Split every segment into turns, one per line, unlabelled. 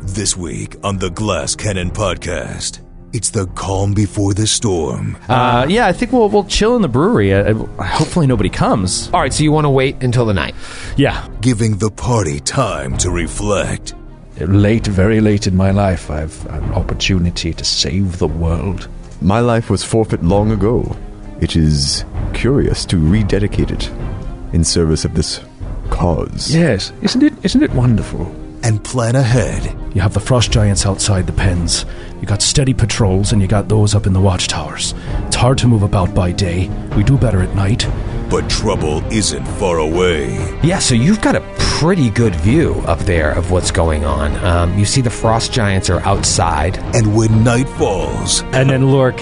This week on the Glass Cannon Podcast, it's the calm before the storm.
Uh, yeah, I think we'll we'll chill in the brewery. Uh, hopefully, nobody comes.
All right, so you want to wait until the night.
Yeah,
giving the party time to reflect.
Late, very late in my life, I've an opportunity to save the world.
My life was forfeit long ago. It is curious to rededicate it in service of this cause.
Yes, isn't it? Isn't it wonderful?
And plan ahead.
You have the frost giants outside the pens. You got steady patrols, and you got those up in the watchtowers. It's hard to move about by day. We do better at night.
But trouble isn't far away.
Yeah, so you've got a pretty good view up there of what's going on. Um, you see the frost giants are outside.
And when night falls,
and then Lork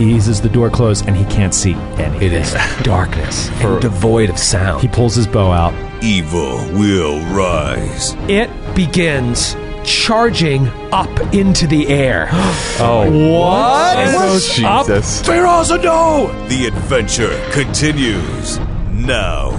eases the door closed, and he can't see anything.
It is darkness and devoid of sound.
He pulls his bow out.
evil will rise.
It begins charging up into the air.
Oh, Jesus.
The adventure continues now.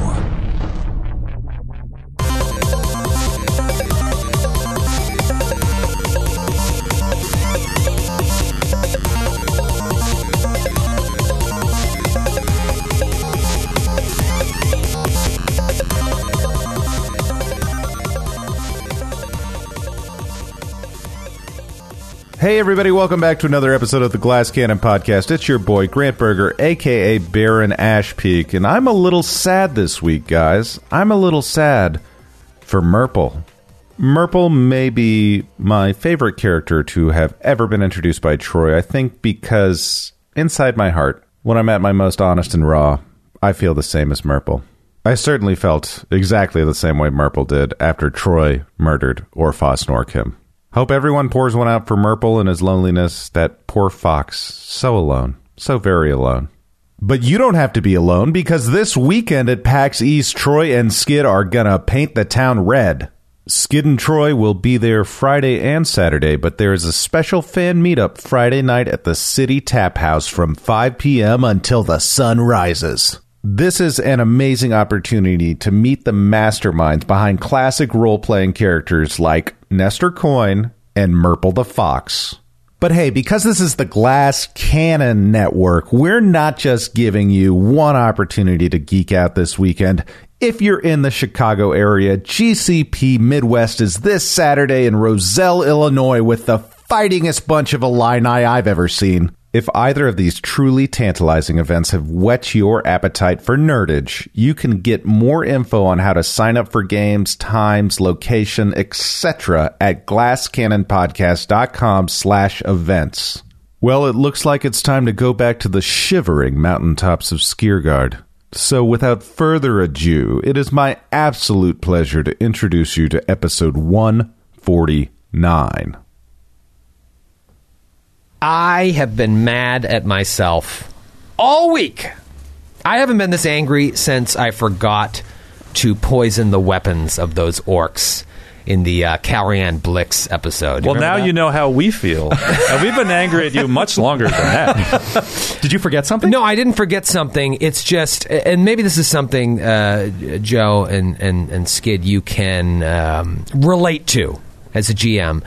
Hey, everybody, welcome back to another episode of the Glass Cannon Podcast. It's your boy, Grant Berger, aka Baron Ashpeak, and I'm a little sad this week, guys. I'm a little sad for Merple. Merple may be my favorite character to have ever been introduced by Troy, I think, because inside my heart, when I'm at my most honest and raw, I feel the same as Merple. I certainly felt exactly the same way Merple did after Troy murdered Orphos Norkim. Hope everyone pours one out for Merple and his loneliness, that poor fox, so alone, so very alone. But you don't have to be alone because this weekend at PAX East, Troy and Skid are gonna paint the town red. Skid and Troy will be there Friday and Saturday, but there is a special fan meetup Friday night at the City Tap House from 5 p.m. until the sun rises. This is an amazing opportunity to meet the masterminds behind classic role playing characters like Nestor Coin and Merple the Fox. But hey, because this is the Glass Cannon Network, we're not just giving you one opportunity to geek out this weekend. If you're in the Chicago area, GCP Midwest is this Saturday in Roselle, Illinois, with the fightingest bunch of Illini I've ever seen. If either of these truly tantalizing events have whet your appetite for nerdage, you can get more info on how to sign up for games, times, location, etc. at glasscannonpodcast.com slash events. Well, it looks like it's time to go back to the shivering mountaintops of Skiergard. So, without further ado, it is my absolute pleasure to introduce you to episode 149.
I have been mad at myself all week. I haven't been this angry since I forgot to poison the weapons of those orcs in the uh, Calrian Blix episode.
Well, now you know how we feel. and we've been angry at you much longer than that.
Did you forget something?
No, I didn't forget something. It's just, and maybe this is something, uh, Joe and, and, and Skid, you can um, relate to as a GM.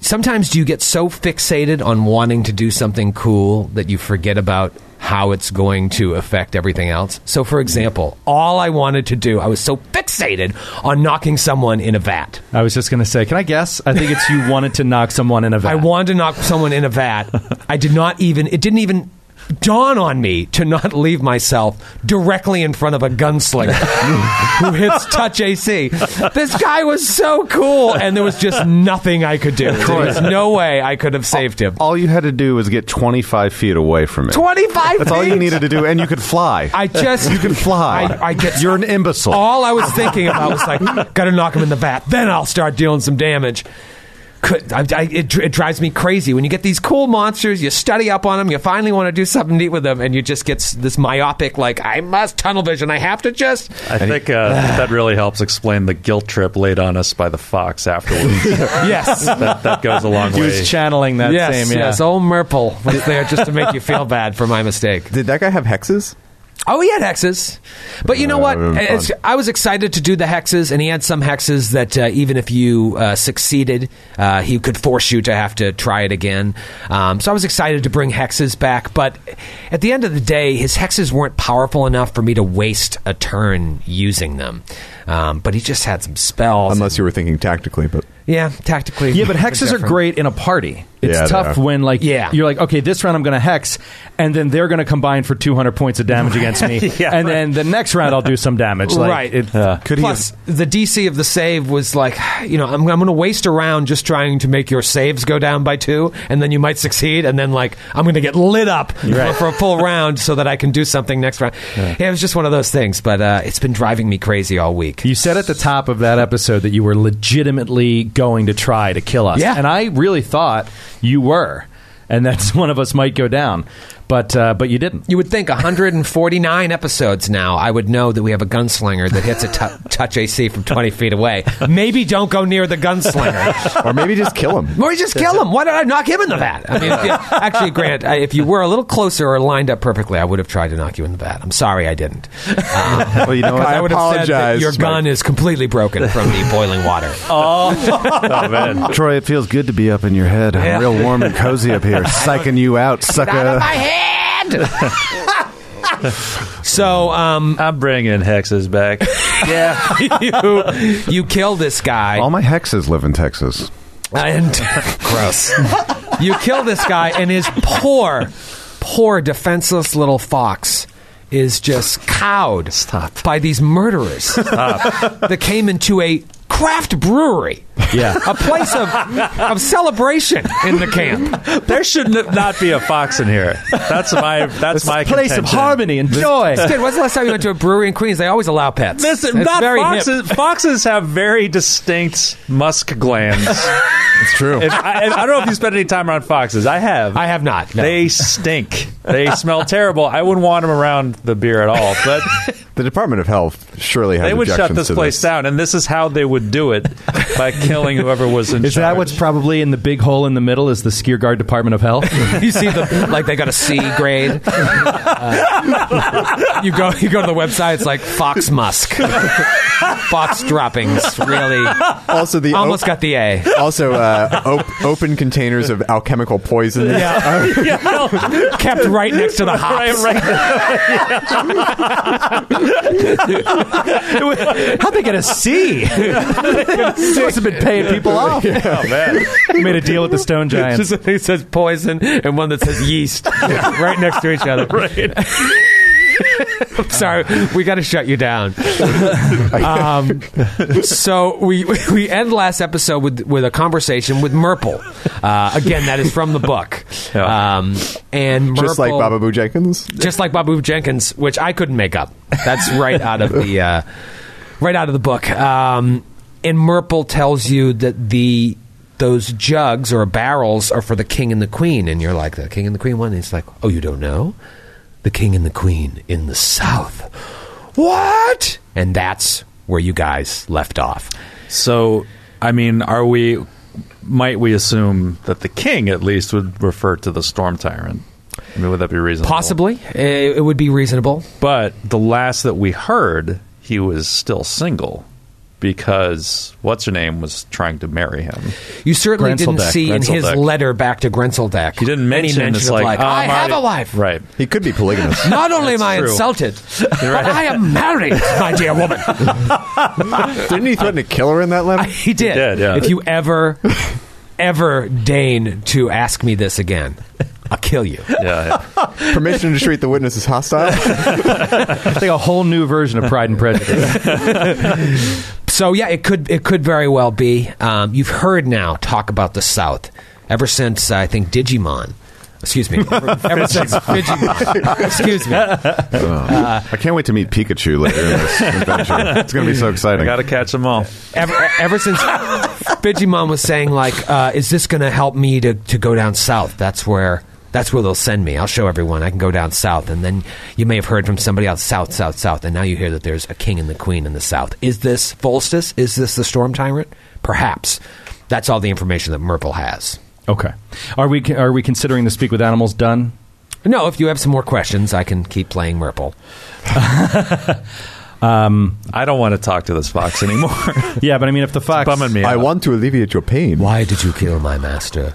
Sometimes do you get so fixated on wanting to do something cool that you forget about how it's going to affect everything else? So, for example, all I wanted to do, I was so fixated on knocking someone in a vat.
I was just gonna say. Can I guess? I think it's you wanted to knock someone in a vat.
I wanted to knock someone in a vat. I did not even. It didn't even dawn on me to not leave myself directly in front of a gunslinger who hits touch AC. This guy was so cool, and there was just nothing I could do. There was no way I could have saved him.
All you had to do was get 25 feet away from it.
Twenty-five.
That's all you
feet?
needed to do, and you could fly.
I just
you can fly.
I, I get
You're an imbecile.
All I was thinking about was like, gotta knock him in the bat. Then I'll start dealing some damage. Could, I, I, it, dr- it drives me crazy when you get these cool monsters. You study up on them. You finally want to do something neat with them, and you just get s- this myopic like I must tunnel vision. I have to just.
I think uh, that really helps explain the guilt trip laid on us by the fox afterwards.
Yes,
that, that goes a long
He
way.
was channeling that
yes,
same. Yeah.
yes. Old Merple was there just to make you feel bad for my mistake.
Did that guy have hexes?
Oh, he had hexes, but you know what? It's- I was excited to do the hexes, and he had some hexes that uh, even if you uh, succeeded, uh, he could force you to have to try it again. Um, so I was excited to bring hexes back, but at the end of the day, his hexes weren't powerful enough for me to waste a turn using them. Um, but he just had some spells.
Unless you were thinking tactically, but
yeah, tactically.
Yeah, but
they're
hexes are
different.
great in a party. It's
Yeah, they
tough
are.
when like
Yeah.
you're like, okay, this round I'm going to hex, and then they're going to combine for 200 points of damage against me, and then the next round I'll do some damage. Like,
Right.
It,
could
Plus, the DC of the save was like, you know, I'm, I'm going to waste a round just trying to make your saves go down by two, and then you might succeed, and then, like, I'm going to get lit up for, for a full round so that I can do something next round. Yeah. it was just one of those things, but uh, it's been driving me crazy all week.
You said at the top of that episode that you were legitimately going to try to kill us.
Yeah.
And I really thought you were. And that's one of us might go down. But uh, but you didn't.
You would think 149 episodes now, I would know that we have a gunslinger that hits a t- touch AC from 20 feet away. Maybe don't go near the gunslinger.
he, or maybe just kill him.
Or you just kill him. Why did I knock him in the bat? I mean, if you- actually, Grant, I- if you were a little closer or lined up perfectly, I would have tried to knock you in the bat. I'm sorry I didn't. Um,
Well, you know, what?
I,
I,
would have said
apologize.
that your gun is completely broken from the boiling water.
Oh, man.
Troy, it feels good to be up in your head. I'm real warm and cozy up here, psyching you out,
Out of
sucker.
my head! so, um,
I'm bringing hexes back. yeah.
you, you kill this guy.
All my hexes live in Texas.
And gross. you kill this guy, and his poor, poor, defenseless little fox is just cowed Stop. by these murderers that came into a craft brewery. Yeah. A place of, of celebration in the camp.
There should n- not be a fox in here. That's my that's my
Place
contention.
of harmony and joy.
Kid, when's the last time you went to a brewery in Queens? They always allow pets.
Listen,
It's
not
very hip.
foxes. Foxes have very distinct musk glands.
It's true.
If I, I don't know if you spent any time around foxes. I have.
I have not. no.
They stink. They smell terrible. I wouldn't want them around the beer at all.
the
But
Department of Health surely has
they would shut
objections
this
to
place down, and this is how they would do it by killing whoever was in
Is
charge.
that what's probably in the big hole in the middle? Is the Skiergard Department of Health?
you see the like they got a C grade. Uh, you go you go to the website. It's like fox musk, fox droppings. Really,
Also, the
almost
op-
got the A.
also uh, op- open containers of alchemical poison.
Kept right next to the hops.
How'd they get a C? they must have been paying people off.
Oh, man.
Made a deal with the Stone Giants.
Just a thing that says poison and one that says yeast right next to each other. Right. I'm sorry, we got to shut you down. Um, so we we end last episode with with a conversation with Merple. Uh, again, that is from the book.
Yeah.
Um, and Merple,
Just like Baba Boo Jenkins.
just like Babu Jenkins, which I couldn't make up. That's right out of the uh, right out of the book. Um, and Merple tells you that the those jugs or barrels are for the king and the queen, and you're like the king and the queen one. And he's like, oh, you don't know, the king and the queen in the south. What? And that's where you guys left off.
So, I mean, are we? Might we assume that the king, at least, would refer to the storm tyrant? I mean, would that be reasonable?
Possibly, it, it would be reasonable.
But the last that we heard, he was still single because what's her name was trying to marry him.
You certainly
Grenzeldeck,
didn't see in his
Grenzeldeck.
letter back to Grenzeldeck.
He didn't
any
mention
mention
it's
of
like,
like
oh,
I
I'm
have
already-
a wife.
right?
He could be polygamous.
Not only am I
true.
insulted, but I am married, my dear woman.
Didn't he threaten to kill her in that letter?
He did.
did, yeah.
If you ever, ever deign to ask me this again, I'll kill you.
Yeah,
Permission to treat the witness as hostile.
It's like a whole new version of Pride and Prejudice.
So yeah, it could it could very well be. Um, you've heard now talk about the South ever since I think Digimon. Excuse me. Ever, ever since Digimon. Excuse me.
I can't wait to meet Pikachu later in this adventure. It's going to be so
I
exciting.
got to catch them all.
ever, e, ever since Digimon was saying like, uh, "Is this going to help me to, to go down south?" That's where that's where they'll send me. I'll show everyone I can go down south, and then you may have heard from somebody else south, south, south, and now you hear that there's a king and the queen in the south. Is this Volstis? Is this the Storm Tyrant? Perhaps. That's all the information that Merple has.
okay. Are we are we considering the Speak with Animals done?
No, if you have some more questions, I can keep playing Merple.
I don't want to talk to this fox anymore.
Yeah, but I mean, if the fox.
Bumming me.
I
out.
want to alleviate your pain.
Why did you kill my master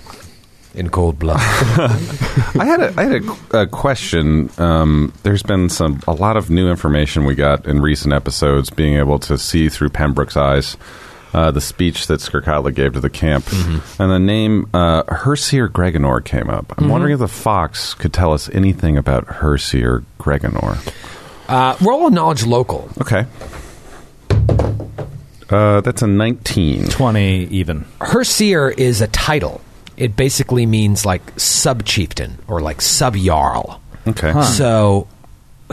in cold blood?
I had a, I had a, a question. Um, there's been some a lot of new information we got in recent episodes, being able to see through Pembroke's eyes. Uh, the speech that Skirkatla gave to the camp, and the name uh, Hersier Greganor came up. I'm wondering if the fox could tell us anything about Hersier Greganor.
Uh, roll a knowledge local.
Okay, uh, that's a 19.
20 even.
Herseer is a title. It basically means like sub chieftain or like sub jarl.
Okay,
So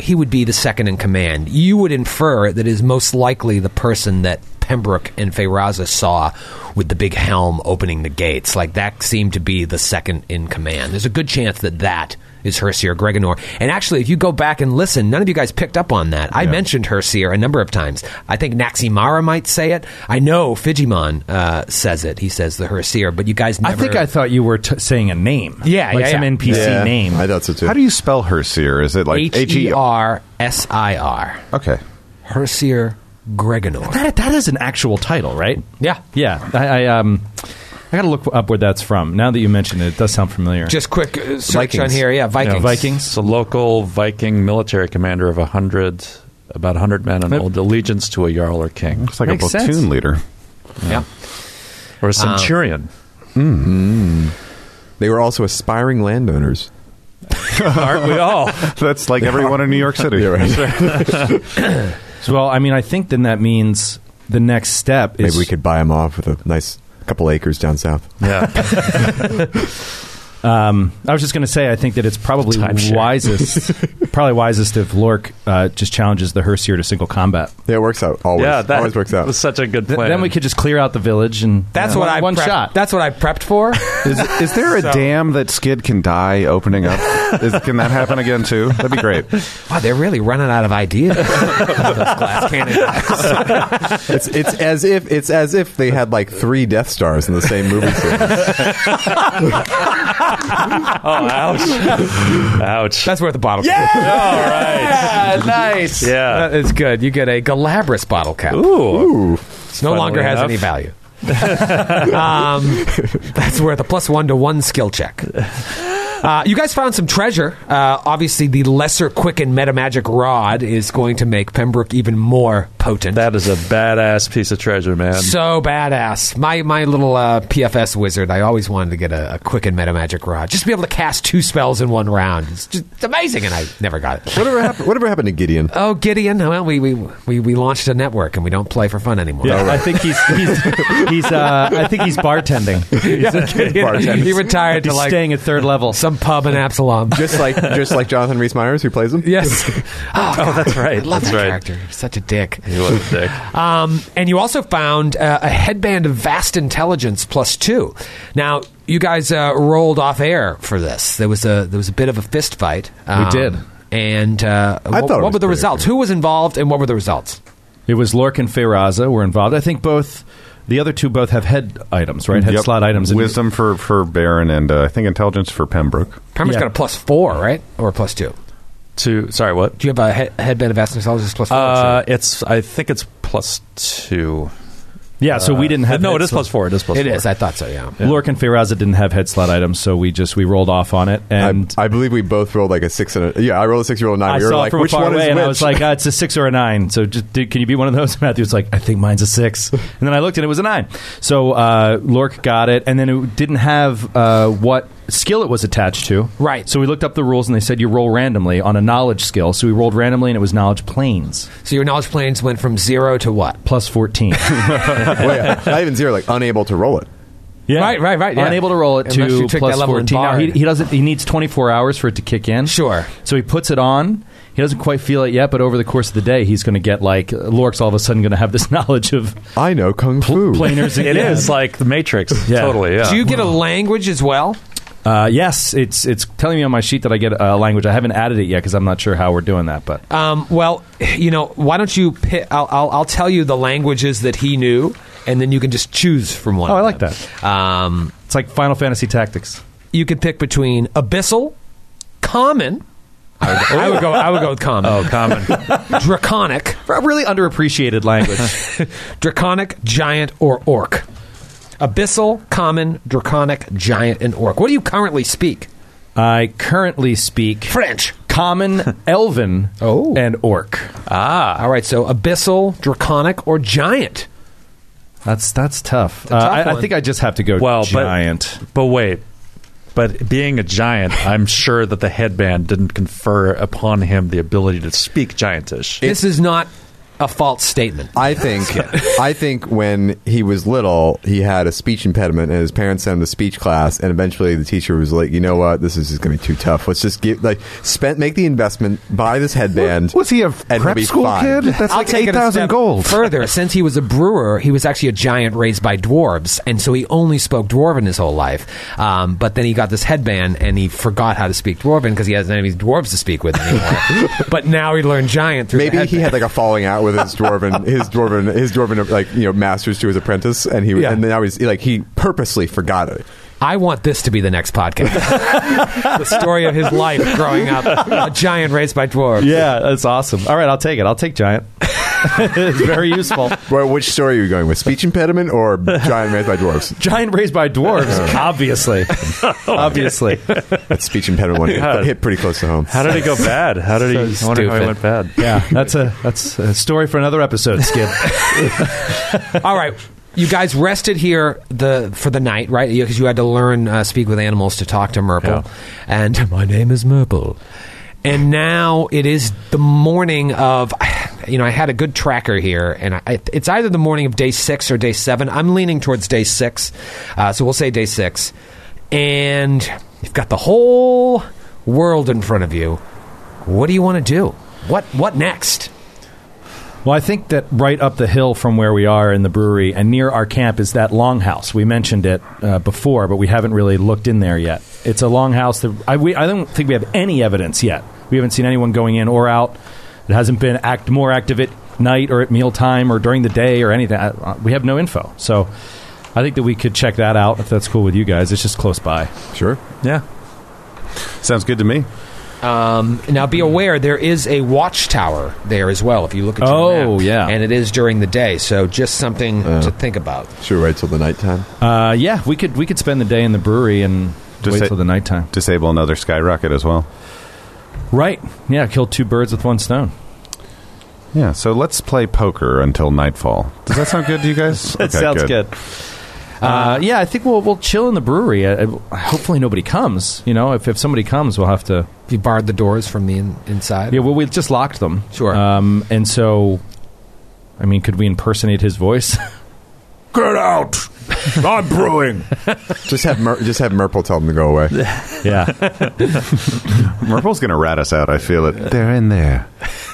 he would be the second in command. You would infer that is most likely the person that Pembroke and Feyraza saw with the big helm opening the gates. Like that seemed to be the second in command. There's a good chance that that is Hersier Greganor. And actually, if you go back and listen, none of you guys picked up on that. I mentioned Hersier a number of times. I think Naximara might say it. I know Fijimon uh, says it. He says the Hersier, but you guys
I
never.
think I thought you were t- saying a name.
Yeah,
like
yeah,
some
yeah.
NPC
Yeah,
name.
I thought so too.
how do you spell Hersier? Is it like
H E R S I R.
Okay,
Hersier Greganor.
That, that is an actual title, right?
Yeah.
Yeah. I, I um, I gotta look up where that's from. Now that you mention it, it does sound familiar.
Just quick uh, search
Vikings.
on here. Yeah,
You
Vikings.
know, Vikings.
It's a local Viking military commander of a hundred, about a hundred men, and owed allegiance to a jarl or king
it's like
Makes
a platoon
sense.
leader.
Yeah.
or a centurion.
They were also aspiring landowners.
Aren't we all?
That's like everyone in New York City.
So, well, I mean, I think then that means the next step is
Maybe we could buy them off with a nice couple acres down south.
Yeah.
Um, I was just going to say, I think that it's probably
Timeshare.
wisest, probably wisest if Lork uh, just challenges the Hersier to single combat.
Yeah, it works out always.
yeah, that
always works out.
was such a good
Th-
plan.
then we could just clear out the village and
That's
Yeah.
what
one,
I
one
prepped-
shot.
That's what I prepped for.
Is, is there a dam that Skid can die opening up? Is, can that happen again too? That'd be great.
wow, they're really running out of ideas. Those glass cannon guys.
It's, it's as if it's as if they had like three Death Stars in the same movie. Series.
oh, ouch. ouch.
That's worth a bottle. Yeah,
all right.
nice.
Yeah.
that is good. You get a Galabras bottle cap.
Ooh.
It no longer has
enough.
any value. um, that's worth a plus one to one skill check. Uh, you guys found some treasure. Uh, obviously, the lesser quicken metamagic rod is going to make Pembroke even more potent.
That is a badass piece of treasure, man.
So badass. My my little uh, PFS wizard, I always wanted to get a, a quick and metamagic rod. Just to be able to cast two spells in one round. It's just it's amazing, and I never got it.
whatever happened? Whatever happened to Gideon?
Oh, Gideon, well, we, we, we, we launched a network, and we don't play for fun anymore.
Yeah, I think he's he's, he's uh, I think he's bartending.
he retired to
He's
like
staying at third level.
some pub in Absalom.
Just like just like Jonathan Rhys Myers who plays him.
yes. Oh, God,
that's
I
right.
love
That's
that
right.
character. He's such a dick.
He was a dick.
Um, and you also found uh, a headband of vast intelligence plus two. Now you guys uh, rolled off air for this. There was a there was a bit of a fist fight. Um,
did.
And uh,
I
what, what
thought it was
were the
pretty
results? Who was involved, and what were the results?
It was Lork and Feyraza were involved. I think both the other two both have head items, right? Head
Yep.
slot items. And-
Wisdom for for Baron and uh, I think intelligence for Pembroke.
Pember's
Yeah.
got a plus four, right, or a plus two?
Two. Sorry, what?
Do you have a he- headband of vast intelligence plus four?
Uh, it's. I think it's plus two.
Yeah, so we didn't have.
no.
head
It is
slot.
plus four. It is plus
it
four.
is. I thought so. Yeah.
Lork and Feyraza didn't have head slot items, so we just we rolled off on it
I,
and.
I believe we both rolled like a six and a yeah. I rolled a six, you rolled a nine.
I
we were
saw
like,
from
which
far
one
away,
is
and I
which?
was like, uh, "It's a six or a nine. So, just, dude, can you be one of those? Matthew's like, "I think mine's a six. and then I looked, and it was a nine. So uh, Lork got it, and then it didn't have uh, what skill it was attached to.
Right.
So we looked up the rules, and they said you roll randomly on a knowledge skill. So we rolled randomly, and it was knowledge planes
So your knowledge planes went from zero to what?
plus fourteen.
Well, yeah, not even zero, like unable to roll it.
yeah.
Right, right, right, yeah.
Unable to roll it
Unless you
to
took
plus
that level in
fourteen. Now, he,
Bard.
he doesn't. He needs twenty four hours for it to kick in.
Sure.
So he puts it on. He doesn't quite feel it yet, but over the course of the day, he's going to get like Lork's all of a sudden going to have this knowledge of
I know kung fu.
planers.
It is like the Matrix.
Yeah.
Totally. Yeah.
Do you get a language as well?
Uh, yes, it's it's telling me on my sheet that I get a language. I haven't added it yet because I'm not sure how we're doing that. But
Um, well, you know, why don't you? Pick, I'll, I'll, I'll tell you the languages that he knew, and then you can just choose from one.
Oh,
of
I like
them. Um,
it's like Final Fantasy Tactics.
you could pick between abyssal, common. I would, I would go. I would go with common.
Oh, common.
Draconic,
A really underappreciated language.
draconic, giant, or orc. Abyssal, common, draconic, giant, and orc. What do you currently speak?
I currently speak
French.
common, elven,
Oh.
and orc.
Ah.
Ah.
All right. So abyssal, draconic, or giant.
That's that's tough.
a
Uh,
tough
I, I
one.
think I just have to go
Well, but-
giant.
But wait. But being a giant, I'm sure that the headband didn't confer upon him the ability to speak giantish.
this is not a false statement.
I think I think when he was little, he had a speech impediment, and his parents sent him to speech class. And eventually, the teacher was like, "You know what? This is just going to be too tough. Let's just give like spend make the investment, buy this headband."
Was he a
he'll
prep
be
school
fine.
kid? That's
I'll
like
take it a
8,000
step
gold.
Further, since he was a brewer, he was actually a giant raised by dwarves, and so he only spoke dwarven his whole life. Um, but then he got this headband, and he forgot how to speak dwarven because he has any dwarves to speak with anymore. but now he learned giant through
Maybe
the
he
headband.
had like a falling out with his dwarven, his dwarven, his dwarven, like you know, masters to his apprentice, and he
Yeah.
and then now he's like he purposely forgot it.
I want this to be the next podcast. the story of his life growing up, a giant raised by dwarves.
Yeah, that's awesome. All right, I'll take it. I'll take giant. it's very useful.
Well, which story are you going with? Speech impediment or giant raised by dwarves?
Giant raised by dwarves, obviously. obviously.
That speech impediment one hit, hit pretty close to home.
How did it go bad? How did he? I wonder how
stupid.
he went bad.
Yeah, that's a that's a story for another episode, Skid.
All right. You guys rested here the for the night, right? Because you had to learn uh, speak with animals to talk to Merple. And my name is Merple. And now it is the morning of, you know, I had a good tracker here, and I, it's either the morning of day six or day seven. I'm leaning towards day six, uh, so we'll say day six. And you've got the whole world in front of you. What do you want to do? What what next?
Well, I think that right up the hill from where we are in the brewery and near our camp is that longhouse. We mentioned it uh, before, but we haven't really looked in there yet. It's a longhouse that I, we, I don't think we have any evidence yet. We haven't seen anyone going in or out. It hasn't been act more active at night or at mealtime or during the day or anything. I, uh, we have no info. So I think that we could check that out if that's cool with you guys. It's just close by.
Sure.
Yeah.
Sounds good to me.
Now, be aware there is a watchtower there as well. If you look at your
Oh,
map.
yeah.
and it is during the day, so just something to think about.
Should we wait till the nighttime?
Uh, yeah, we could we could spend the day in the brewery and
Just
wait
say-
till the nighttime.
Disable another skyrocket as well.
Right? Yeah, kill two birds with one stone.
Yeah, so let's play poker until nightfall. Does that sound good to you guys?
That
Okay,
sounds good. Uh, yeah, I think we'll we'll chill in the brewery. Uh, uh, hopefully, nobody comes. You know, if, if somebody comes, we'll have to.
You barred the doors from the in- inside.
Yeah, well, we just locked them.
Sure.
Um, and so, I mean, could we impersonate his voice?
Get out! I'm brewing.
Just have Mer- just have Merple tell him to go away.
yeah.
Merple's going to rat us out. I feel it. They're in there.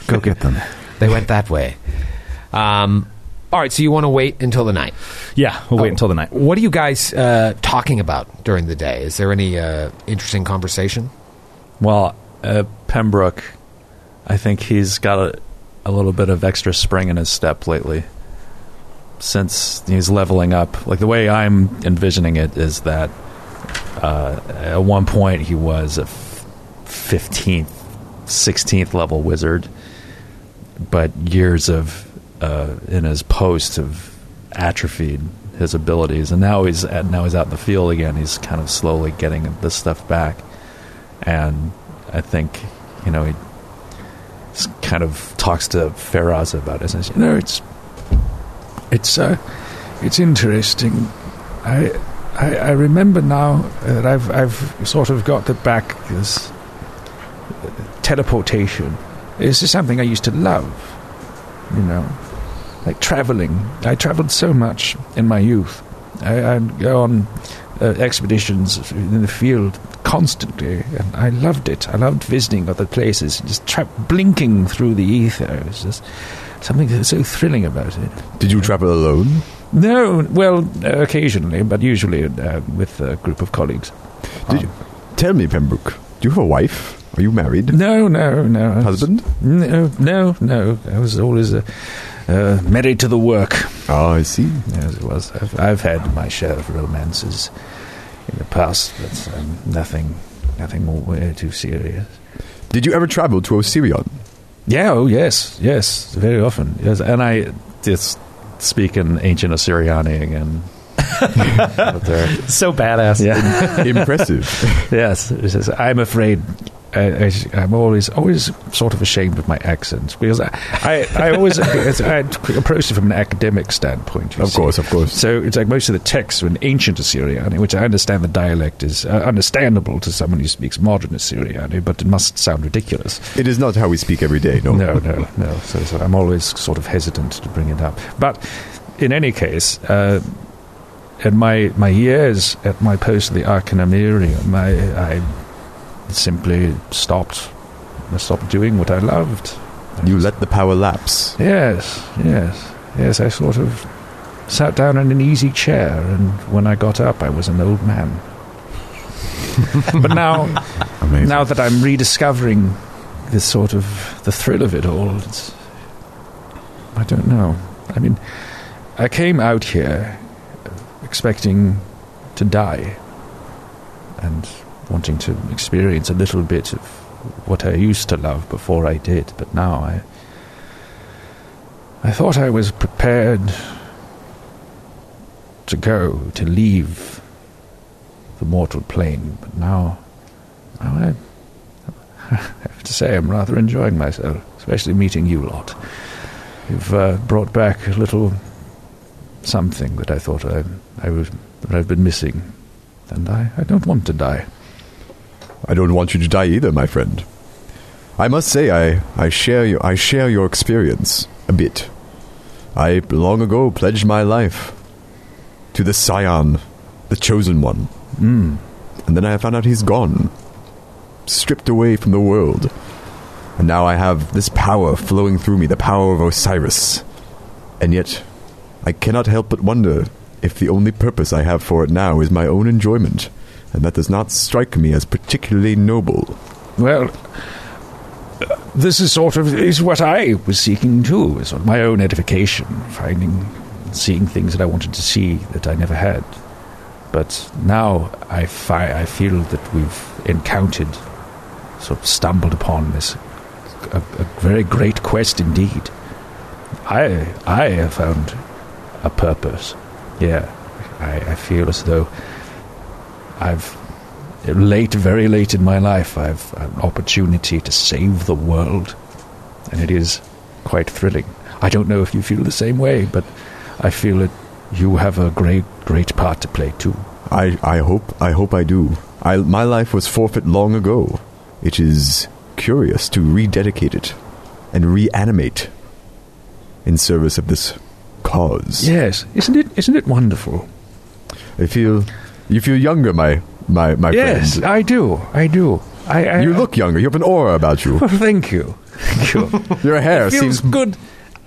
Go get them.
They went that way. Um, all right, so you want to wait until the night.
Yeah, we'll
Oh.
wait until the night.
What are you guys uh, talking about during the day? Is there any uh, interesting conversation?
Well, uh, Pembroke, I think he's got a, a little bit of extra spring in his step lately. Since he's leveling up, like the way I'm envisioning it is that uh, at one point he was a f- 15th, 16th level wizard, but years of uh, in his post have atrophied his abilities, and now he's at, now he's out in the field again. He's kind of slowly getting this stuff back and I think you know he s- kind of talks to Faraz about it. And says,
You know, it's it's uh, it's interesting. I, I I remember now that I've I've sort of got the back this uh, teleportation. This is something I used to love. You know, like traveling. I traveled so much in my youth. I, I'd go on uh, expeditions in the field constantly, and I loved it. I loved visiting other places, just tra- blinking through the ether. It was just something that was so thrilling about it.
Did you travel alone?
No, well, uh, occasionally, but usually uh, with a group of colleagues.
Did you, tell me, Pembroke. Do you have a wife? Are you married?
No, no, no. I was-
Husband?
No, no, no. I was always uh, uh, married to the work,
Oh, I see.
as it was. I've, I've had my share of romances in the past, but um, nothing Nothing more uh, too serious.
Did you ever travel to Osirion?
Yeah, oh yes, yes, very often. Yes, and I just speak in ancient Assyriani again. Up there.
So badass.
Yeah.
Impressive.
yes.
It says, I'm afraid. I, I, I'm always always sort of ashamed of my accent because I I, I always I approach it from an academic standpoint. you
of
see.
course, of course.
So it's like most of the texts were in ancient Assyrian, which I understand the dialect is uh, understandable to someone who speaks modern Assyrian, but it must sound ridiculous.
It is not how we speak every day, no.
No, no, no. So, so I'm always sort of hesitant to bring it up. But in any case, uh, in my, my years at my post at the Arcanumerium, I, I simply stopped. I stopped doing what I loved.
You let the power lapse.
Yes, yes, yes. I sort of sat down in an easy chair, and when I got up, I was an old man. but now,
Amazing.
now that I'm rediscovering this sort of the thrill of it all, it's, I don't know. I mean, I came out here expecting to die and wanting to experience a little bit of what I used to love before I did, but now I. I thought I was prepared to go, to leave the mortal plane, but now, now I, I have to say I'm rather enjoying myself, especially meeting you lot. You've uh, brought back a little something that I thought I, I was, that I've been missing, and I, I don't want to die.
I don't want you to die either, my friend. I must say, I, I share your I share your experience a bit. I long ago pledged my life to the Scion, the Chosen One,
Mm.
and then I found out he's gone, stripped away from the world, and now I have this power flowing through me, the power of Osiris, and yet I cannot help but wonder if the only purpose I have for it now is my own enjoyment, and that does not strike me as particularly noble.
Well, uh, this is sort of is what I was seeking too, is sort of my own edification, finding, seeing things that I wanted to see that I never had. But now I fi- I feel that we've encountered, sort of stumbled upon this, a, a very great quest indeed. I I have found a purpose. Yeah, I, I feel as though I've late, very late in my life, I've an opportunity to save the world, and it is quite thrilling. I don't know if you feel the same way, but I feel that you have a great, great part to play too.
I, I hope I hope I do. I, my life was forfeit long ago. It is curious to rededicate it and reanimate in service of this cause.
Yes, isn't it? Isn't it wonderful?
I feel you feel younger, my my my
yes,
friend.
I do. I do. I, I
you look younger. You have an aura about you.
Well, thank you. Thank you.
Your hair
feels
seems
good.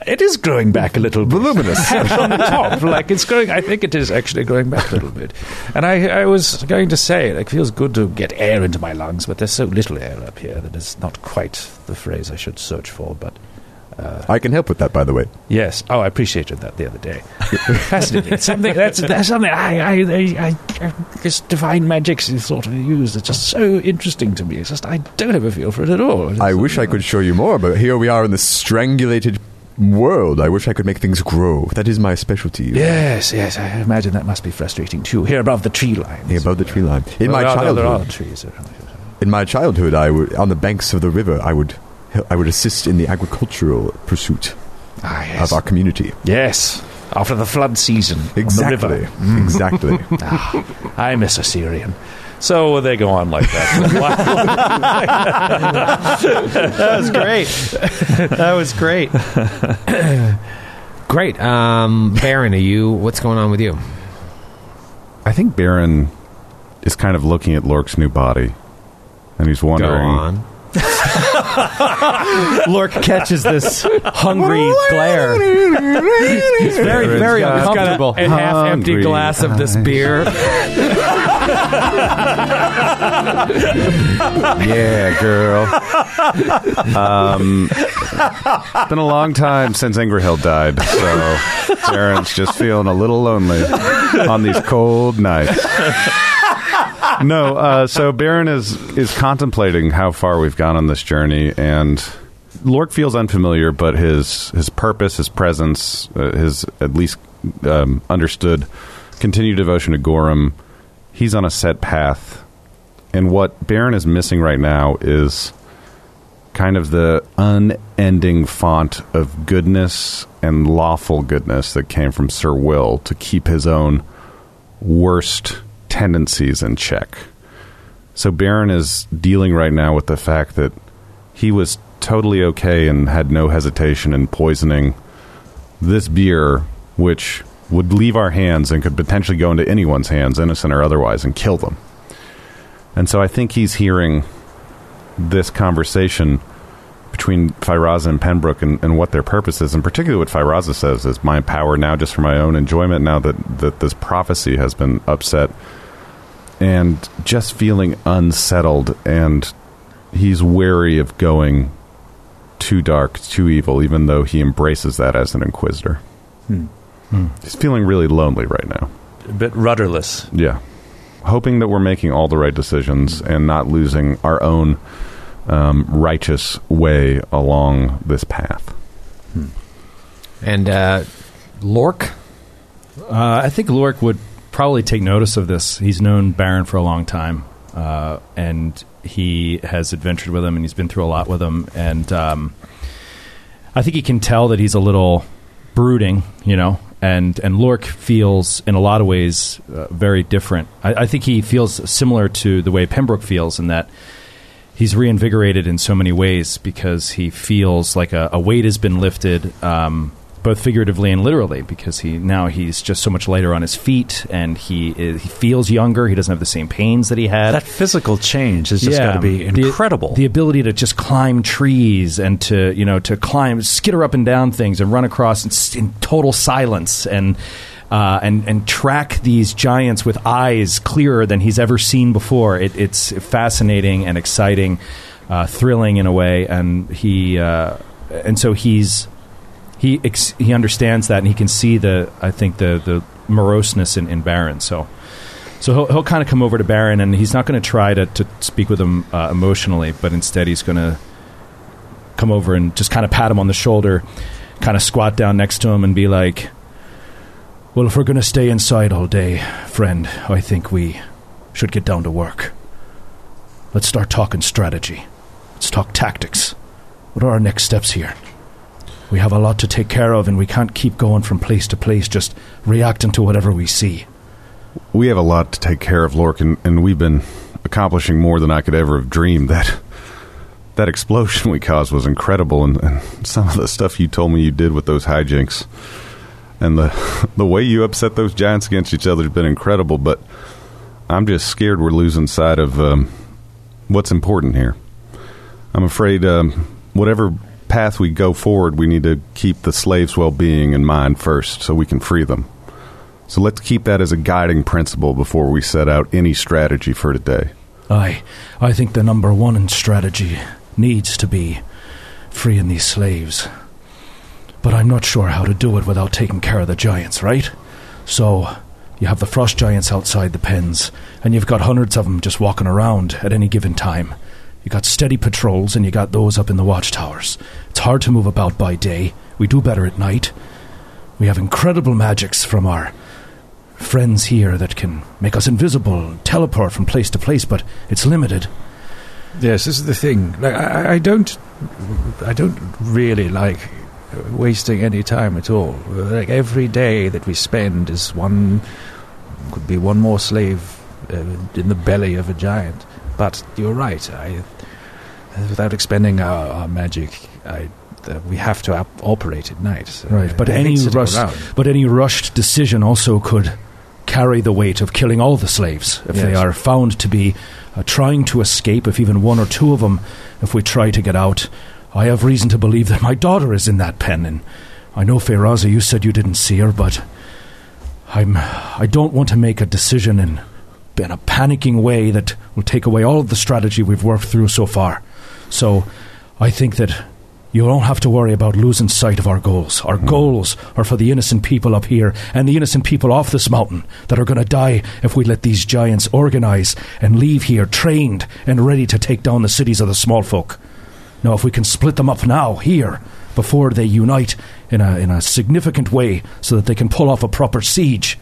It is growing back a little bit. Voluminous. on the top. Like it's growing I think it is actually growing back a little bit. And I, I was going to say, like, it feels good to get air into my lungs, but there's so little air up here that it's not quite the phrase I should search for, but
I can help with that, by the way.
Yes. Oh, I appreciated that the other day. Fascinating. It's something that's, that's something I, I, I, I, I this divine magic is sort of used. It's just so interesting to me. It's just I don't have a feel for it at all. It's
I wish I could show you more, but here we are in this strangulated world. I wish I could make things grow. That is my specialty.
Yes, yes. I imagine that must be frustrating too. Here above the tree line.
Here above the tree line. In my
there are
childhood,
trees. around here.
In my childhood, I would on the banks of the river. I would, I would assist in the agricultural pursuit
Ah, yes.
of our community.
yes. After the flood season on the
Exactly,
river. Mm.
exactly.
I miss Assyrian.
So they go on like that.
That was great. that was great.
Great. Um, Baron, are you? What's going on with you?
I think Baron is kind of looking at Lork's new body, and he's wondering.
Lork catches this hungry glare. He's very, very uncomfortable.
a half-empty Hungry glass
of this beer.
Yeah, girl. um, it's been a long time since Ingerhill died, so Darren's just feeling a little lonely on these cold nights. no, uh, so Baron is is contemplating how far we've gone on this journey, and Lork feels unfamiliar, but his his purpose, his presence, uh, his at least um, understood continued devotion to Gorham. He's on a set path, and what Baron is missing right now is kind of the unending font of goodness and lawful goodness that came from Sir Will to keep his own worst tendencies in check. So Baron is dealing right now with the fact that he was totally okay and had no hesitation in poisoning this beer, which would leave our hands and could potentially go into anyone's hands, innocent or otherwise, and kill them. And so I think he's hearing this conversation between Firazza and Pembroke and, and what their purpose is, and particularly what Firazza says is my power now just for my own enjoyment now that, that this prophecy has been upset and just feeling unsettled and he's wary of going too dark, too evil, even though he embraces that as an inquisitor. He's feeling really lonely right now.
A bit rudderless.
Yeah. Hoping that we're making all the right decisions and not losing our own um, righteous way along this path.
And uh, Lork,
Uh, I think Lork would probably take notice of this. He's known Baron for a long time, uh, and he has adventured with him, and he's been through a lot with him. And um, I think he can tell that he's a little brooding, you know. And and Lork feels in a lot of ways uh, very different. I, I think he feels similar to the way Pembroke feels in that he's reinvigorated in so many ways because he feels like a, a weight has been lifted, um, both figuratively and literally. Because he now he's just so much lighter on his feet, and he is, he feels younger. He doesn't have the same pains that he had.
That physical change has just
Yeah.
got to be
The-
incredible.
The, ability to just climb trees and to you know to climb, skitter up and down things, and run across in, s- in total silence and. Uh, and and track these giants with eyes clearer than he's ever seen before. It, it's fascinating and exciting, uh, thrilling in a way. And he uh, and so he's he ex- he understands that and he can see the I think the the moroseness in, in Baron. So so he'll, he'll kind of come over to Baron, and he's not going to try to, to speak with him uh, emotionally, but instead he's going to come over and just kind of pat him on the shoulder, kind of squat down next to him, and be like,
Well, if we're going to stay inside all day, friend, I think we should get down to work. Let's start talking strategy. Let's talk tactics. What are our next steps here? We have a lot to take care of, and we can't keep going from place to place just reacting to whatever we see.
We have a lot to take care of, Lork, and, and we've been accomplishing more than I could ever have dreamed. That that explosion we caused was incredible, and, and some of the stuff you told me you did with those hijinks, and the the way you upset those giants against each other has been incredible. But I'm just scared we're losing sight of um, what's important here. I'm afraid um, whatever path we go forward, we need to keep the slaves' well-being in mind first, so we can free them. So let's keep that as a guiding principle before we set out any strategy for today.
I, I think the number one in strategy needs to be freeing these slaves. But I'm not sure how to do it without taking care of the giants, right? So, you have the frost giants outside the pens, and you've got hundreds of them just walking around at any given time. You got steady patrols, and you got those up in the watchtowers. It's hard to move about by day. We do better at night. We have incredible magics from our friends here that can make us invisible, teleport from place to place, but it's limited.
Yes, this is the thing. Like, I, I- I don't, I don't really like wasting any time at all. Like every day that we spend is one, could be one more slave uh, in the belly of a giant. But you're right. I, uh, without expending our, our magic, I, uh, we have to op- operate at night. So
Right, but
I think
any
sitting
rust-
around-
But any rushed decision also could carry the weight of killing all the slaves if they
Yes.
are found to be uh, trying to escape, if even one or two of them, if we try to get out. I have reason to believe that my daughter is in that pen, and I know, Feyraza, you said you didn't see her, but I'm, I don't want to make a decision in, in a panicking way that will take away all of the strategy we've worked through so far. So I think that
You don't have to worry about losing sight of our goals. Our goals are for the innocent people up here and the innocent people off this mountain that are going to die if we let these giants organize and leave here trained and ready to take down the cities of the small folk. Now, if we can split them up now, here, before they unite in a, in a significant way so that they can pull off a proper siege,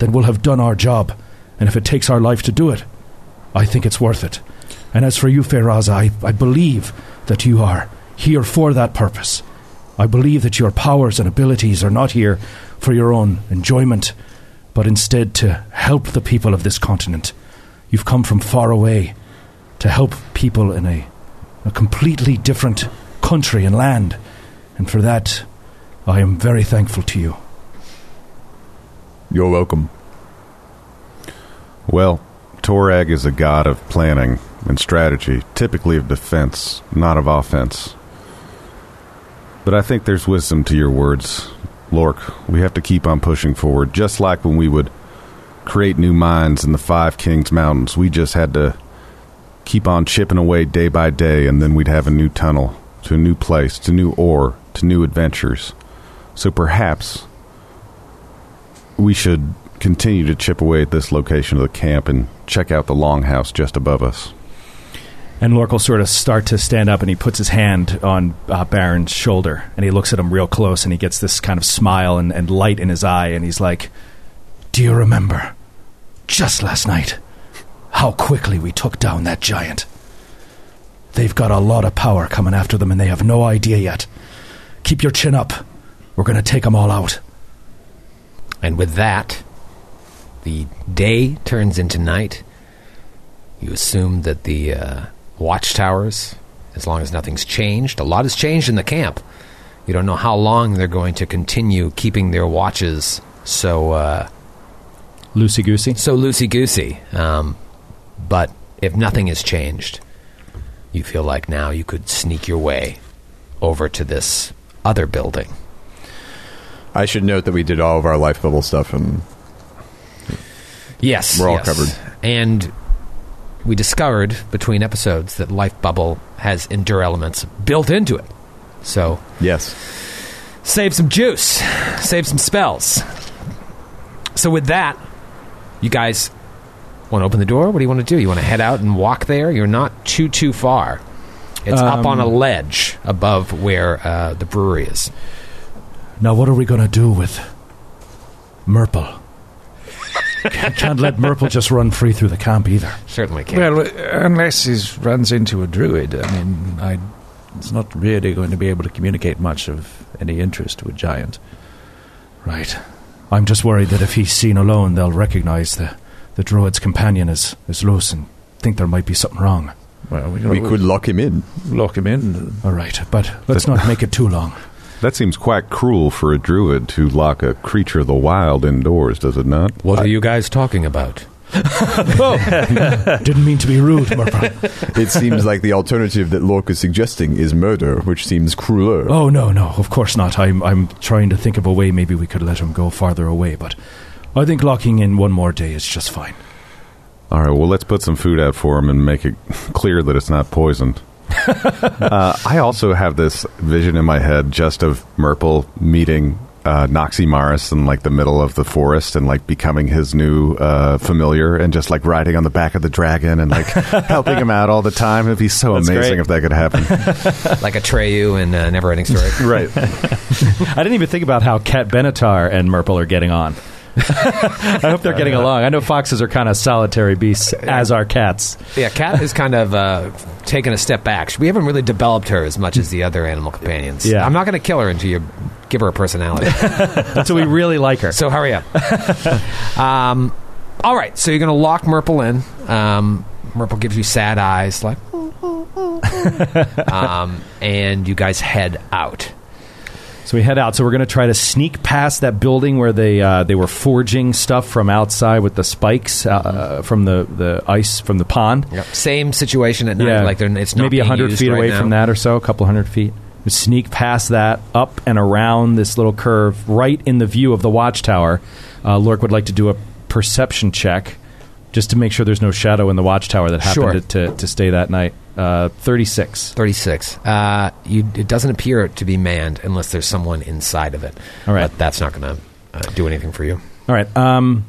then we'll have done our job. And if it takes our life to do it, I think it's worth it. And as for you, Feyraza, I, I believe that you are here for that purpose. I believe that your powers and abilities are not here for your own enjoyment, but instead to help the people of this continent. You've come from far away to help people in a, a completely different country and land, and for that, I am very thankful to you.
You're welcome.
Well, Torag is a god of planning and strategy, typically of defense, not of offense. But I think there's wisdom to your words, Lork. We have to keep on pushing forward, just like when we would create new mines in the Five Kings Mountains. We just had to keep on chipping away day by day, and then we'd have a new tunnel to a new place, to new ore, to new adventures. So perhaps we should continue to chip away at this location of the camp and check out the longhouse just above us.
And Lork will sort of start to stand up, and he puts his hand on uh, Baron's shoulder, and he looks at him real close, and he gets this kind of smile and, and light in his eye, and he's like,
Do you remember just last night how quickly we took down that giant? They've got a lot of power coming after them, and they have no idea yet. Keep your chin up. We're going to take them all out.
And with that, the day turns into night. You assume that the uh, watchtowers, as long as nothing's changed, a lot has changed in the camp. You don't know how long they're going to continue keeping their watches so uh,
loosey goosey.
so loosey goosey. Um, but if nothing has changed, you feel like now you could sneak your way over to this other building.
I should note that we did all of our life level stuff and
Yes.
We're all
yes.
covered.
And we discovered between episodes that Life Bubble has endure elements built into it. So
yes.
save some juice, save some spells. So with that, you guys want to open the door? What do you want to do? You want to head out and walk there? You're not too too far. It's up on a ledge above where uh, the brewery is.
Now, what are we going to do with Merple? can't, can't let Merple just run free through the camp either.
Certainly can.
Well, unless he runs into a druid, I mean, I, it's not really going to be able to communicate much of any interest to a giant.
Right. I'm just worried that if he's seen alone, they'll recognize the, the druid's companion as, as loose and think there might be something wrong.
Well, we,
Oh.
We could lock him in.
lock him in.
All right, but let's not make it too long.
That seems quite cruel for a druid to lock a creature of the wild indoors, does it not?
what are you guys talking about?
Didn't mean to be rude, Merple.
It seems like the alternative that Lork is suggesting is murder, which seems crueler.
Oh, no, no, of course not. I'm, I'm trying to think of a way maybe we could let him go farther away, but I think locking in one more day is just fine.
All right, well, let's put some food out for him and make it clear that it's not poisoned. uh, I also have this vision in my head just of Merple meeting uh, Noxie Morris in like the middle of the forest and like becoming his new uh, familiar and just like riding on the back of the dragon and like helping him out all the time. It'd be so
That's
amazing
great.
if that could happen.
like Atreyu and uh, Neverending Story.
right.
I didn't even think about how Cat Benatar and Merple are getting on. I hope they're getting along. I know foxes are kind of solitary beasts, as are cats.
Yeah, Cat is kind of uh, taking a step back. We haven't really developed her as much as the other animal companions.
Yeah.
I'm not going to kill her until you give her a personality.
So we really like her.
so hurry up. um, all right, so you're going to lock Merple in. Um, Merple gives you sad eyes, like, um, and you guys head out.
So we head out. So we're going to try to sneak past that building where they uh, they were forging stuff from outside with the spikes uh, from the, the ice from the pond.
Same situation at night. Like they're, it's not
maybe
being
hundred
used
feet
right
away
now.
from that or so, a couple hundred feet. We Sneak past that, up and around this little curve, right in the view of the watchtower. Uh, Lork would like to do a perception check, just to make sure there's no shadow in the watchtower that happened
Sure.
to, to, to stay that night.
Uh, 36.
36. Uh, you, it doesn't appear to be manned unless there's someone inside of it.
All right.
But that's not going to uh, do anything for you.
All right. Um,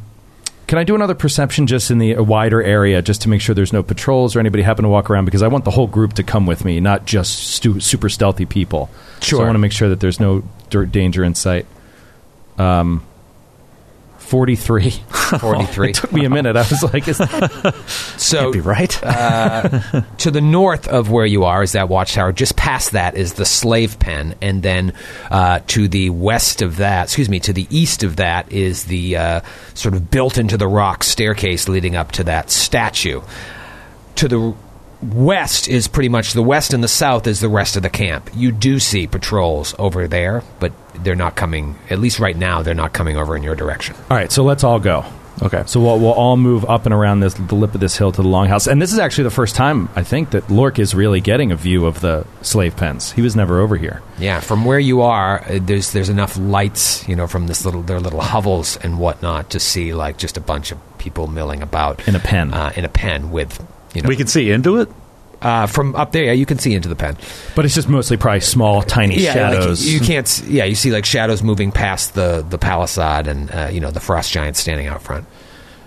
can I do another perception just in the uh, wider area just to make sure there's no patrols or anybody happen to walk around? Because I want the whole group to come with me, not just stu- super stealthy people. So
Sure.
I want to make sure that there's no dirt danger in sight. Um, 43.
43.
it took me a minute. I was like, is that
so,
right?
uh, to the north of where you are is that watchtower. Just past that is the slave pen. And then uh, to the west of that, excuse me, to the east of that is the uh, sort of built into the rock staircase leading up to that statue. to the west is pretty much the west and the south is the rest of the camp. You do see patrols over there, but they're not coming. At least right now, they're not coming over in your direction.
All right, so let's all go.
Okay.
So we'll, we'll all move up and around this the lip of this hill to the longhouse. And this is actually the first time I think that Lork is really getting a view of the slave pens. He was never over here.
Yeah, from where you are, uh, there's there's enough lights, you know, from this little their little hovels and whatnot to see like just a bunch of people milling about
In a pen.
uh, in a pen with you know
We can see into it.
uh, from up there. Yeah, you can see into the pen.
But it's just mostly probably small, tiny
yeah, like,
shadows.
you can't. s- Yeah, you see like shadows moving past the the palisade and uh, you know the frost giant standing out front.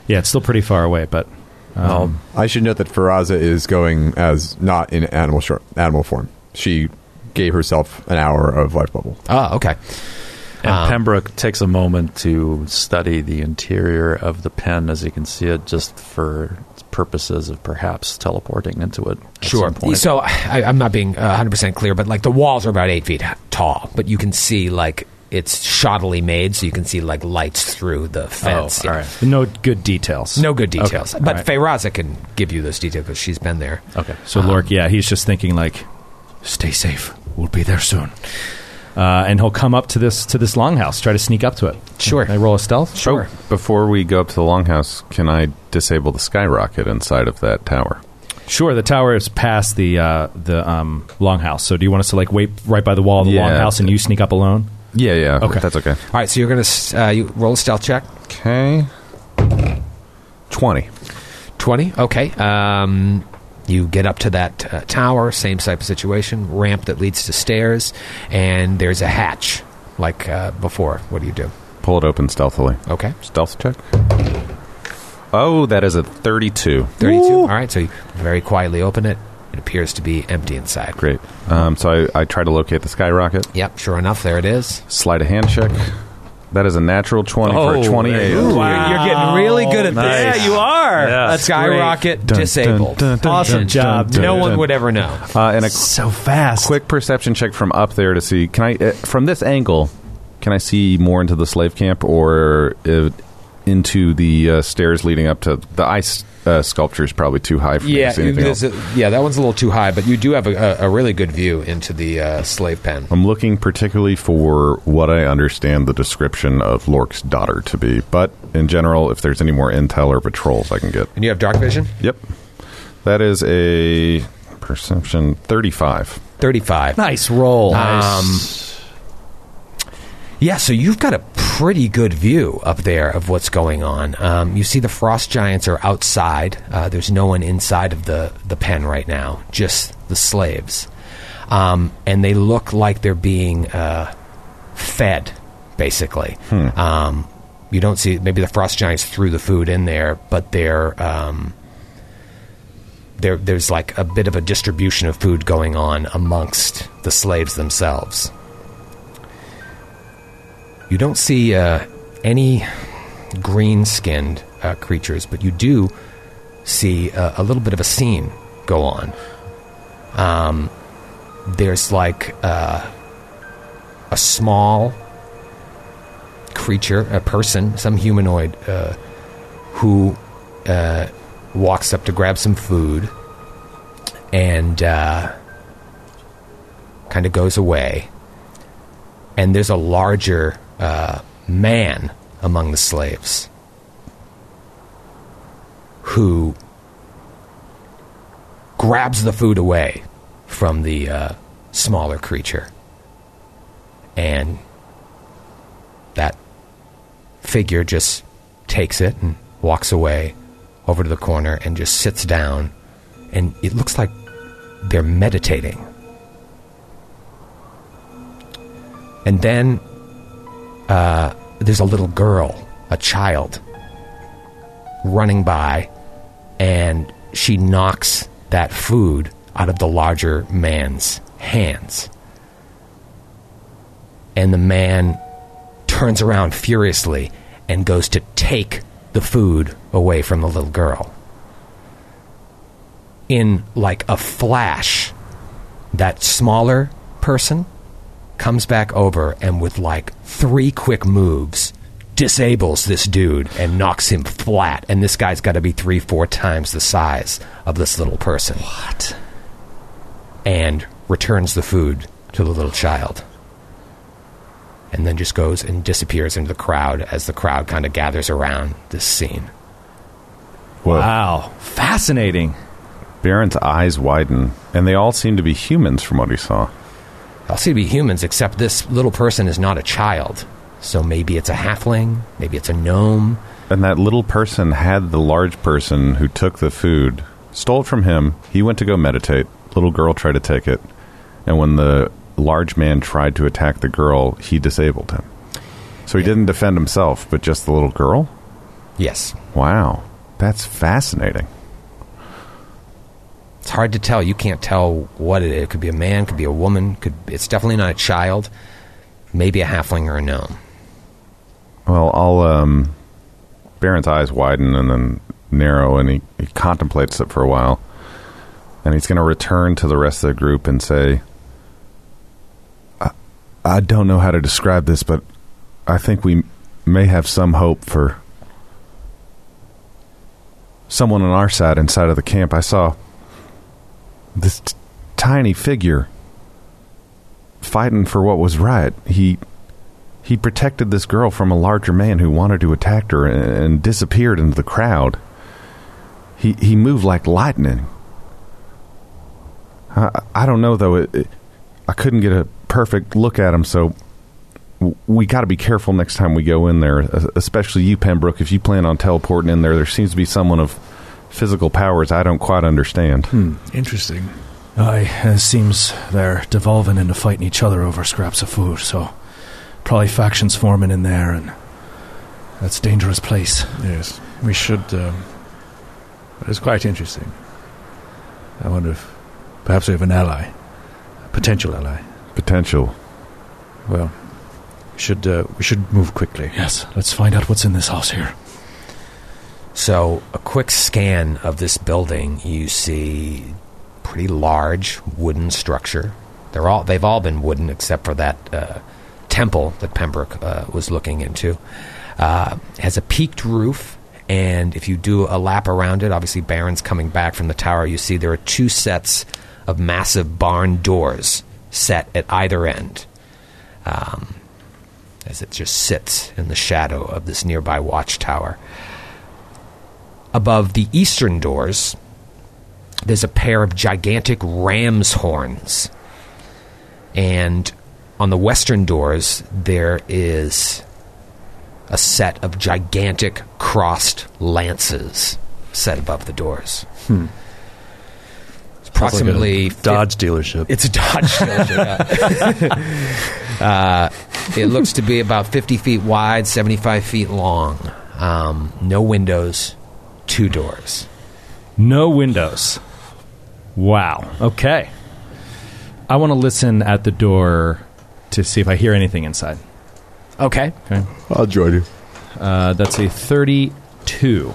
yeah, it's still pretty far away, but um,
I should note that Faraza is going as not in animal short, animal form. She gave herself an hour of life bubble.
Oh, okay.
And
Um,
Pembroke takes a moment to study the interior of the pen as he can see it, just for purposes of perhaps teleporting into it. At
Sure.
Some point.
So I, I'm not being uh, 100% clear, but like the walls are about eight feet h- tall, but you can see like it's shoddily made, so you can see like lights through the fence.
oh,
all
Yeah.
right.
no good details.
No good details.
Okay, all
But
right.
Feyraza can give you those details because she's been there.
Okay.
So Lork, yeah, he's just thinking like, stay safe. We'll be there soon. Uh, and he'll come up to this to this longhouse, try to sneak up to it.
Sure.
Can I roll a stealth.
Sure.
Before we go up to the longhouse, can I disable the skyrocket inside of that tower?
Oh, Sure, the tower is past the uh, the um, longhouse. So, do you want us to like wait right by the wall of the
Yeah.
longhouse and you sneak up alone?
Yeah, yeah.
Okay.
That's okay.
All right, so you're going to uh, you roll a stealth check.
Okay. 20.
20. Okay. Um, you get up to that uh, tower, same type of situation, ramp that leads to stairs, and there's a hatch like uh, before. What do you do?
Pull it open stealthily.
Okay.
Stealth check. Oh, that is a 32.
32. All right, so you very quietly open it. It appears to be empty inside.
Great. Um, so I, I try to locate the skyrocket.
Yep, sure enough, there it is.
Slide a hand check. That is a natural 20 for
Oh,
a 28.
there you go.
You're- You're getting really good at this.
Nice. Yeah, you
are.
Yeah. That's
Skyrocket
Dun,
disabled.
dun, dun, dun,
awesome
dun,
job,
dun,
no
dun,
one
dun.
would ever know.
Uh, and a
So fast.
quick perception check from up there to see. Can I, uh, from this angle, can I see more into the slave camp or uh, into the uh, stairs leading up to the ice uh, sculpture? Is probably too high for me to
Yeah,
see anything else.
there's a- yeah, that one's a little too high, but you do have a, a, a really good view into the uh, slave pen.
I'm looking particularly for what I understand the description of Lork's daughter to be, but in general, if there's any more intel or patrols I can get.
And you have dark vision?
Yep. That is a perception 35.
35.
Nice roll.
Um, Yeah, so you've got a pretty good view up there of what's going on. Um, you see the frost giants are outside. Uh, there's no one inside of the, the pen right now, just the slaves. Um, and they look like they're being uh, fed, basically. Um, you don't see, maybe the frost giants threw the food in there, but they're. Um, there, there's like a bit of a distribution of food going on amongst the slaves themselves. You don't see uh, any green skinned uh, creatures, but you do see uh, a little bit of a scene go on. Um, there's like uh, a small creature, a person, some humanoid, uh, who uh, walks up to grab some food and uh, kind of goes away and there's a larger uh, man among the slaves who grabs the food away from the uh, smaller creature. And that figure just takes it and walks away over to the corner and just sits down. And it looks like they're meditating. And then uh, there's a little girl, a child, running by, and she knocks that food out of the larger man's hands. And the man turns around furiously and goes to take the food away from the little girl. In like a flash, that smaller person comes back over and with like three quick moves disables this dude and knocks him flat and this guy's got to be three four times the size of this little person what and returns the food to the little child and then just goes and disappears into the crowd as the crowd kind of gathers around this scene
Wow. Fascinating.
Baron's eyes widen, and they all seem to be humans from what he saw.
I'll see to be humans, except this little person is not a child. So maybe it's a halfling, maybe it's a gnome.
And that little person had the large person who took the food, stole it from him. He went to go meditate. Little girl tried to take it. And when the large man tried to attack the girl, he disabled him. So he didn't defend himself, but just the little girl?
Yes.
Wow. That's fascinating.
It's hard to tell. You can't tell what it is. It could be a man, could be a woman, could it's definitely not a child. Maybe a halfling or a gnome.
Well, I'll. Um, Baron's eyes widen and then narrow, and he, he contemplates it for a while. And he's going to return to the rest of the group and say, I, I don't know how to describe this, but I think we may have some hope for someone on our side inside of the camp. I saw this t- tiny figure fighting for what was right. He he protected this girl from a larger man who wanted to attack her and, and disappeared into the crowd. He he moved like lightning. I, I don't know though. It, it, I couldn't get a perfect look at him, so w- we got to be careful next time we go in there, es- especially you, Pembroke. If you plan on teleporting in there, there seems to be someone of physical powers I don't quite understand.
Hmm.
Interesting.
Aye, it seems they're devolving into fighting each other over scraps of food, so probably factions forming in there, and that's a dangerous place.
Yes, we should. Um, it's quite interesting. I wonder if perhaps we have an ally, a potential ally.
Potential.
Well, we should uh, we should move quickly.
Yes, let's find out what's in this house here.
So, a quick scan of this building, you see pretty large wooden structure. They're all they've all been wooden except for that uh, temple that Pembroke uh, was looking into. Uh, has a peaked roof, and if you do a lap around it, obviously Baron's coming back from the tower. You see there are two sets of massive barn doors set at either end. Um, as it just sits in the shadow of this nearby watchtower. Above the eastern doors, there's a pair of gigantic ram's horns. And on the western doors, there is a set of gigantic crossed lances set above the doors. It's approximately fif-
Dodge dealership.
it's a Dodge Charger. yeah. uh, it looks to be about 50 feet wide, 75 feet long. Um, no windows, two doors.
No windows. Wow. Okay. I want to listen at the door to see if I hear anything inside.
Okay.
I'll join you.
Uh, that's a 32.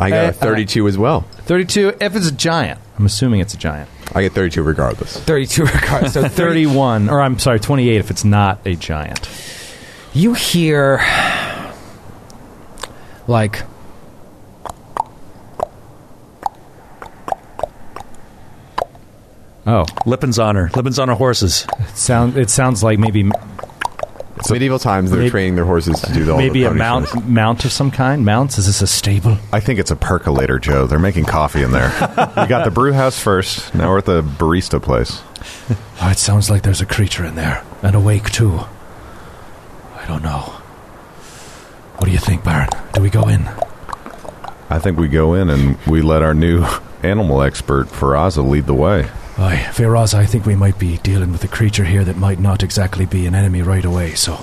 I got
Hey,
a 32 as well.
32 if it's a giant. I'm assuming it's a giant.
I get 32 regardless.
32 regards. So 30.
31, or I'm sorry, 28 if it's not a giant.
You hear like
Oh,
Lippen's on her. Lippen's on her horses.
it, sound, it sounds like maybe
It's medieval times. They're
Maybe-
training their horses to do the all
maybe
the
a
pony
mount
shows.
mount of some kind. Mounts? Is this a stable?
I think it's a percolator, Joe. They're making coffee in there. we got the brew house first. Now we're at the barista place.
Oh, it sounds like there's a creature in there, and awake too. I don't know. What do you think, Baron? Do we go in?
I think we go in and we let our new animal expert Faraza lead the way.
Aye, Feyraz, I think we might be dealing with a creature here that might not exactly be an enemy right away, so.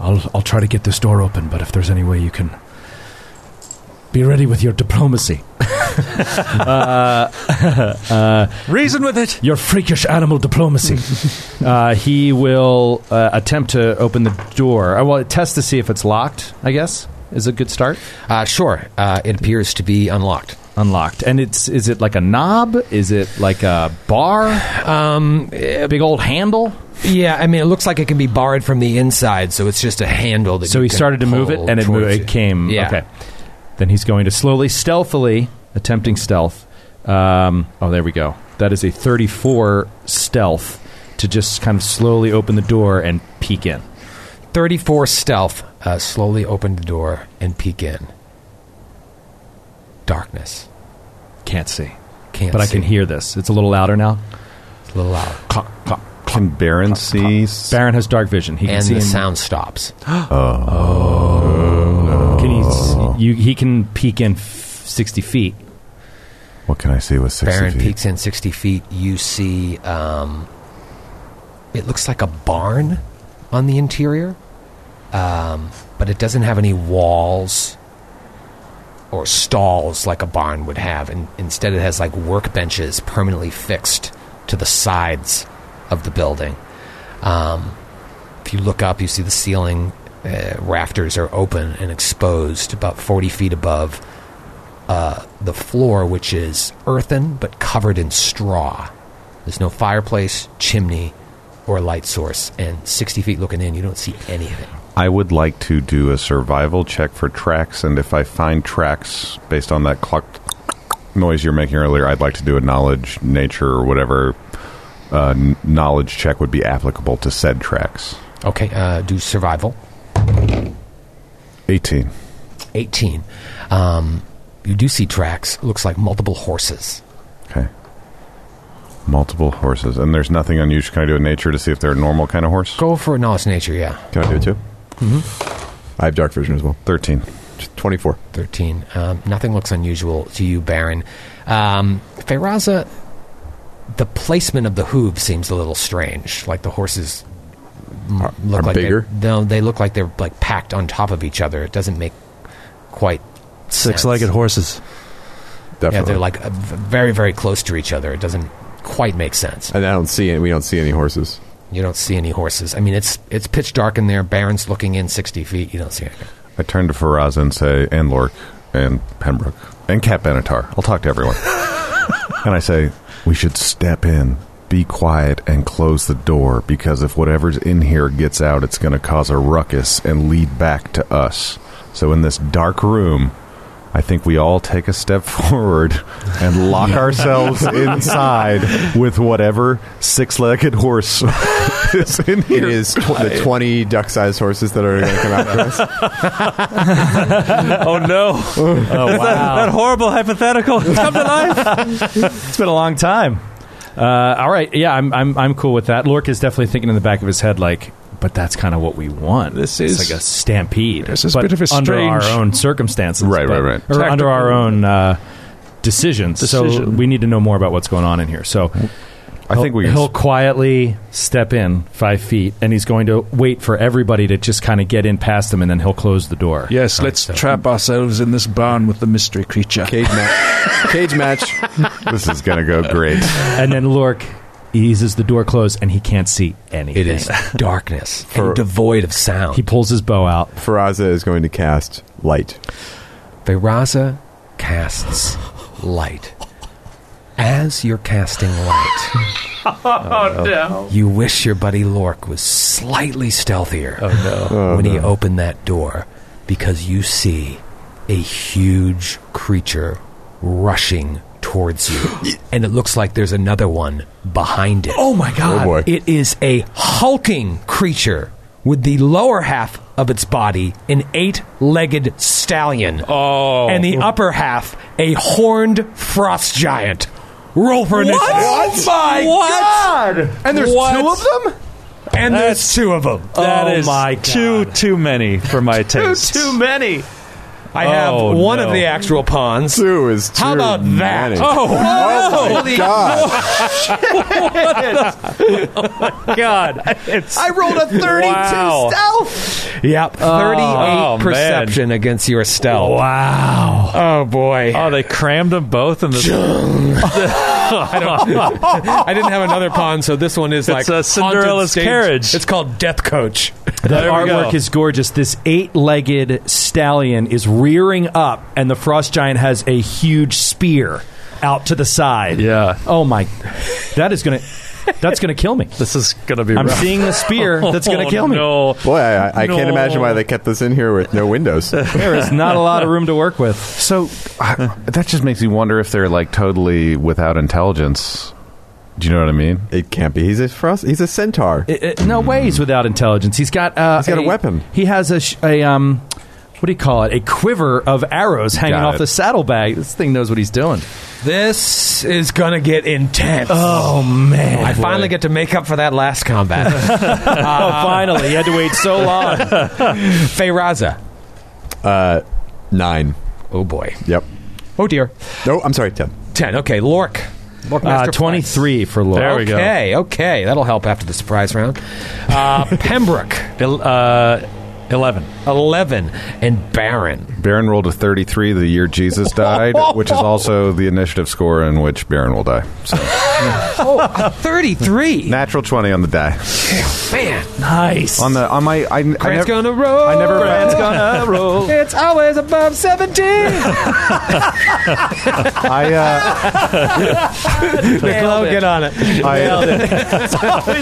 I'll, I'll try to get this door open, but if there's any way you can. Be ready with your diplomacy. Uh,
Reason with it.
Your freakish animal diplomacy.
Uh, he will uh, attempt to open the door. Uh, well, test to see if it's locked. I guess is a good start.
Uh, sure. Uh, it appears to be unlocked.
Unlocked, and it's is it like a knob? Is it like a bar? Um, big old handle.
eh, Yeah, I mean, it looks like it can be barred from the inside, so it's just a handle that.
So
you
he
can
started to move it,
pull
and it, moved,
towards
it
you.
came.
Yeah.
Okay. Then he's going to slowly, stealthily, attempting stealth. Um, oh, there we go. That is a 34 stealth to just kind of slowly open the door and peek in.
Thirty-four stealth. Uh, slowly open the door and peek in. Darkness.
Can't see,
Can't.
but I
see.
can hear this. It's a little louder now.
It's a little loud.
Clunk, clunk.
Can Baron see?
Baron has dark vision. He can
And
see.
the
in-
sound stops.
Can he? s- You, he can peek in f- 60 feet.
What can I see with sixty
Baron
feet?
peeks in sixty feet. You see, um, it looks like a barn on the interior, um, but it doesn't have any walls or stalls like a barn would have. And instead, it has like workbenches permanently fixed to the sides of the building. Um, if you look up, you see the ceiling uh, rafters are open and exposed about forty feet above uh, the floor, which is earthen but covered in straw. There's no fireplace, chimney, or light source. And 60 feet looking in, you don't see anything.
I would like to do a survival check for tracks, and if I find tracks based on that clock noise you're making earlier, I'd like to do a knowledge, nature, or whatever uh, n- knowledge check would be applicable to said tracks.
Okay, uh, do survival.
18.
18. Um, you do see tracks. Looks like multiple horses.
Okay. Multiple horses, and there's nothing unusual. Can I do a nature to see if they're a normal kind of horse?
Go for knowledge nature, yeah.
Can I do it too? Mm-hmm. I have dark vision as well.
13.
Twenty-four.
13. Um, nothing looks unusual to you, Baron. Um, Feyraza, the placement of the hooves seems a little strange. Like the horses m- look
are
like they-
bigger?
No, they look like they're like packed on top of each other. It doesn't make quite
Six-legged
sense.
horses.
Definitely.
Yeah, they're like uh, v- very, very close to each other. It doesn't quite make sense.
and I don't see any. We don't see any horses.
You don't see any horses. I mean, it's it's pitch dark in there. Baron's looking in sixty feet. You don't see anything.
I turn to Faraz and say, and Lork, and Pembroke, and Cat Benatar. I'll talk to everyone. and I say, we should step in, be quiet, and close the door because if whatever's in here gets out, it's going to cause a ruckus and lead back to us. So in this dark room, I think we all take a step forward and lock ourselves inside with whatever six-legged horse is in
It
here.
is tw- the twenty duck-sized horses that are going to come after us.
Oh no!
Oh, wow.
that horrible hypothetical. Come to life.
It's been a long time. Uh, all right, yeah, I'm, I'm I'm cool with that. Lork is definitely thinking in the back of his head, like, but that's kind of what we want.
This
It's
is-
like a stampede.
this is a
but
bit of a
under our
strange-
own circumstances,
Right,
but-
right, right.
or under
Tactical.
our own uh, decisions. So
Decision.
we need to know more about what's going on in here. So
I think we can
he'll quietly step in five feet, and he's going to wait for everybody to just kind of get in past him, and then he'll close the door.
Yes, let's trap ourselves in this barn with the mystery creature.
Cage match. Cage match.
this is going to go great.
and then Lork eases the door closed, and he can't see anything.
It is darkness and devoid of sound.
He pulls his bow out.
Faraza is going to cast light.
Feyraza casts light. As you're casting light, you wish your buddy Lork was slightly stealthier when he opened that door because you see a huge creature rushing towards you. and it looks like there's another one behind it. Oh my god.
Oh, boy.
It is a hulking creature with the lower half of its body an eight-legged stallion. Oh. And the upper half a horned frost giant. Roll for initiative. What? Oh, My God! And there's two of them? And there's two of them.
That
Oh
is
my God.
too too many for my taste.
many.
I have
Oh,
one of
no.
the actual pawns.
Two is too
How about that?
many.
Oh,
Oh my god!
God, it's
I rolled a thirty-two
Wow.
stealth.
Yep, thirty-eight
Oh, man.
perception against your stealth. Wow. Oh boy.
Oh, they crammed them both in the.
I, don't, I didn't have another pawn, so this one is like
a
haunted
Cinderella's
stage.
carriage.
It's called Death Coach.
That
There we go.
artwork is gorgeous. This eight-legged stallion is rearing up, and the frost giant has a huge spear out to the side.
Yeah.
Oh my, that is gonna, that's gonna kill me.
This is gonna be.
I'm
rough.
seeing the spear that's gonna
Oh,
kill me.
No.
Boy, I, I can't
No.
imagine why they kept this in here with no windows.
There is not a lot of room to work with.
So I, that just makes me wonder if they're like totally without intelligence. Do you know what I mean?
it can't be. He's a frost. He's a centaur.
It, it- no way he's without intelligence. He's got uh,
He's got a weapon.
He has a, sh- a um, what do you call it? A quiver of arrows hanging
Got
off
it.
the saddlebag. This thing knows what he's doing.
This is gonna get intense.
Oh man!
I finally get to make up for that last combat.
oh,
Ah.
finally, you had to wait so long.
Feyraza.
Nine.
Oh boy.
Yep.
Oh dear.
No, I'm sorry, ten.
Ten. Okay, Lork. Lork
Uh,
Master
Twenty-three for Lord.
There we go.
Okay, okay, that'll help after the surprise round. Uh, Pembroke,
El- uh, Eleven.
eleven, and Baron.
Baron rolled a 33 the year Jesus died, which is also the initiative score in which Baron will die. So,
Thirty-three.
natural 20 on the die.
Man,
Nice.
On the on my I, I
Grant's
never
gonna roll.
I never
Grant's
gonna roll.
It's always above seventeen.
I uh
Glow, get on it.
I,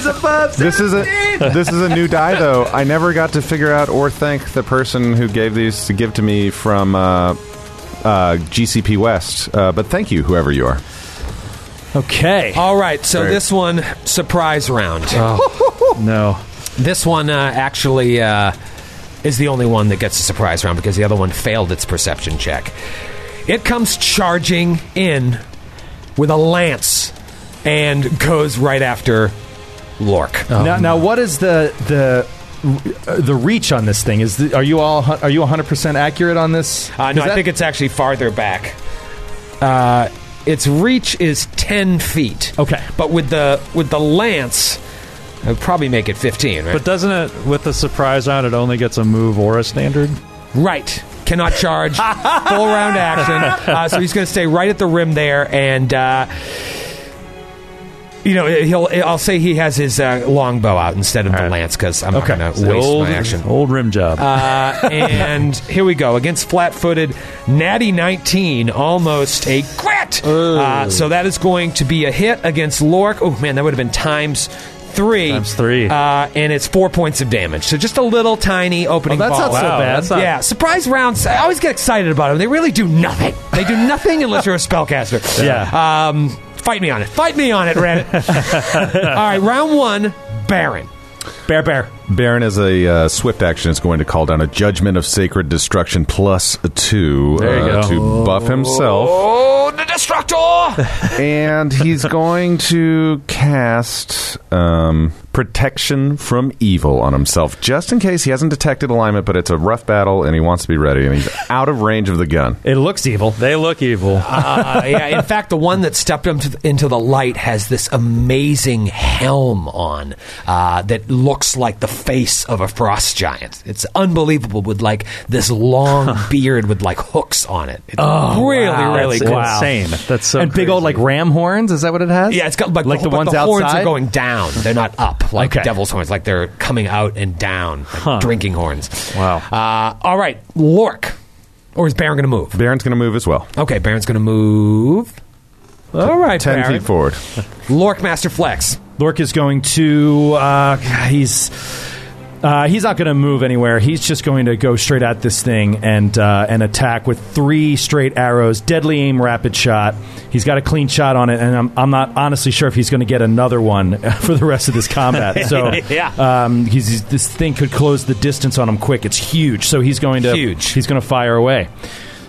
this is a this is a new die though. I never got to figure out or thank the person who gave these to give to me from uh, uh, GCP West. Uh, but thank you, whoever you are.
okay.
All right, so this one surprise round.
Oh.
No.
This one uh, actually uh, is the only one that gets a surprise round because the other one failed its perception check. It comes charging in with a lance and goes right after Lork.
Oh.
now, now, what is the the uh, the reach on this thing? Is the, are you all hun- are you 100 percent accurate on this?
Uh,
Is
no, I
that-
think it's actually farther back. Uh, its reach is ten feet.
Okay.
but with the with the lance, it would probably make it fifteen. Right?
But doesn't it with the surprise round? It only gets a move or a standard.
Right. Cannot charge. Full round action. Uh, so he's going to stay right at the rim there, and uh, you know he'll. I'll say he has his uh, longbow out instead of the lance because I'm
Okay.
not
It's
going to
the
waste
old,
my action.
Old rim job.
Uh, and here we go against flat-footed Natty 19, almost a crit.
Oh.
Uh, so that is going to be a hit against Lork. Oh man, that would have been times three.
Times three.
Uh, and it's four points of damage. So just a little tiny opening.
Oh, that's
ball.
not so Wow, bad.
that's not-
yeah, surprise rounds. I always get excited about them. They really do nothing. They do nothing unless you're a spellcaster.
Yeah.
Um, fight me on it. Fight me on it, Reddit. All right, round one, Baron.
bear bear.
Baron, as a uh, swift action, is going to call down a Judgment of Sacred Destruction plus a two
There you
uh,
go.
to buff himself.
Oh, the Destructor!
and he's going to cast um, Protection from Evil on himself, just in case he hasn't detected alignment, but it's a rough battle and he wants to be ready, and he's out of range of the gun.
It looks evil.
they look evil.
Uh, yeah, in fact, the one that stepped into the, into the light has this amazing helm on uh, that looks like the face of a frost giant. It's unbelievable with like this long beard with like hooks on it. It's really,
Oh, wow.
really
That's
cool.
insane. That's so.
and big
crazy.
old like ram horns. Is that what it has?
Yeah, it's got like,
like the
but
ones
the horns
outside.
are going down. They're not up like
Okay.
devil's horns. Like they're coming out and down, like drinking horns.
Wow.
Uh, all right, Lork, or is Baron going to move?
Baron's going to move as well.
Okay, Baron's going to move. All right,
10
Baron.
feet forward.
Lork Master Flex.
Lork is going to. Uh, he's. Uh, he's not going to move anywhere. He's just going to go straight at this thing and uh, and attack with three straight arrows, deadly aim, rapid shot. He's got a clean shot on it, and I'm, I'm not honestly sure if he's going to get another one for the rest of this combat. So
Yeah.
um, he's, he's- this thing could close the distance on him quick. It's huge, so he's going to
Huge.
He's going to fire away.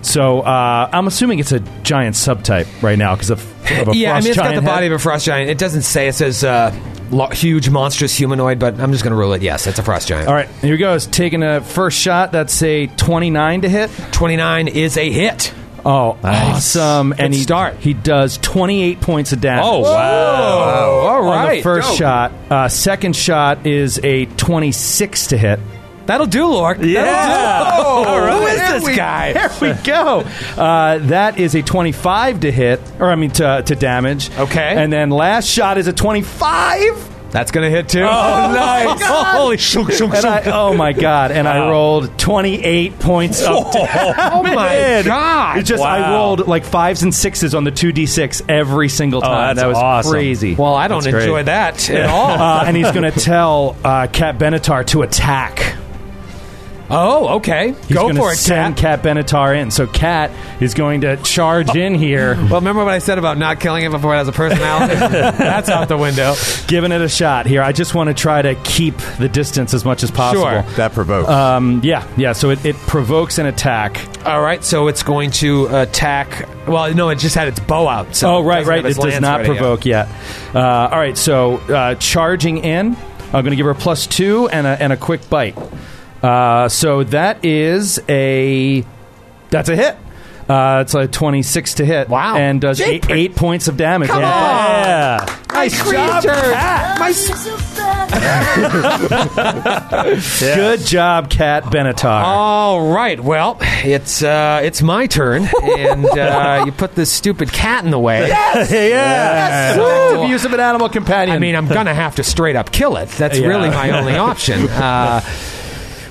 So uh, I'm assuming it's a giant subtype right now because of, of a
yeah, I
frost
mean, it's got
giant
the body
head.
of a frost giant. It doesn't say. It says uh, lo- huge, monstrous humanoid, but I'm just going to rule it. Yes, it's a frost giant.
All right, here goes. Taking a first shot. That's a twenty-nine to hit.
29 is a hit.
Oh, awesome! And he start. he does twenty-eight points of damage.
Oh, wow. Oh, All
On
right.
the first
Go.
shot. Uh, second shot is a twenty-six to hit.
That'll do, Lork.
Yeah.
Who is
There
this
we-
guy?
There we go. Uh, that is a 25 to hit, or I mean to, to damage.
Okay.
And then last shot is a 25.
That's going to hit too.
Oh. nice. holy shunk, shunk, shunk. oh, my God. And I rolled 28 points of damage. Oh,
my God.
It's just, I
Wow.
rolled like fives and sixes on the 2d6 every single time.
that's
that was
awesome.
crazy.
Oh, Well, Oh. I don't
That's great.
enjoy that at all.
Uh, and he's going to tell uh, Cat Benatar to attack.
oh, okay.
He's
Go
gonna
for it,
send
Cat.
Cat Benatar in. So Cat is going to charge in here,
Well, remember what I said about not killing it before it has a personality? That's out the window.
giving it a shot here. I just want to try to keep the distance as much as possible.
Sure.
That provokes.
Um, yeah, yeah. So it, it provokes an attack.
All right, so it's going to attack. Well, no, it just had its bow out. So
oh, right,
doesn't
right.
have
It
its
does
lance
not
ready yet.
provoke yet. Uh, all right, so uh, charging in. I'm going to give her a plus two and a, and a quick bite. Uh, so that is a that's a hit. Uh, it's a 26 to hit.
Wow.
And does eight,
Jeepers.
eight points of damage.
Come on.
Yeah.
Nice job, Cat. My s-
Good job, Cat
Oh,
Benatar.
All right. Well, it's uh, it's my turn, and uh, you put this stupid cat in the way.
yeah.
Woo.
Use of an animal companion.
I mean, I'm gonna have to straight up kill it. That's really my only option. Uh,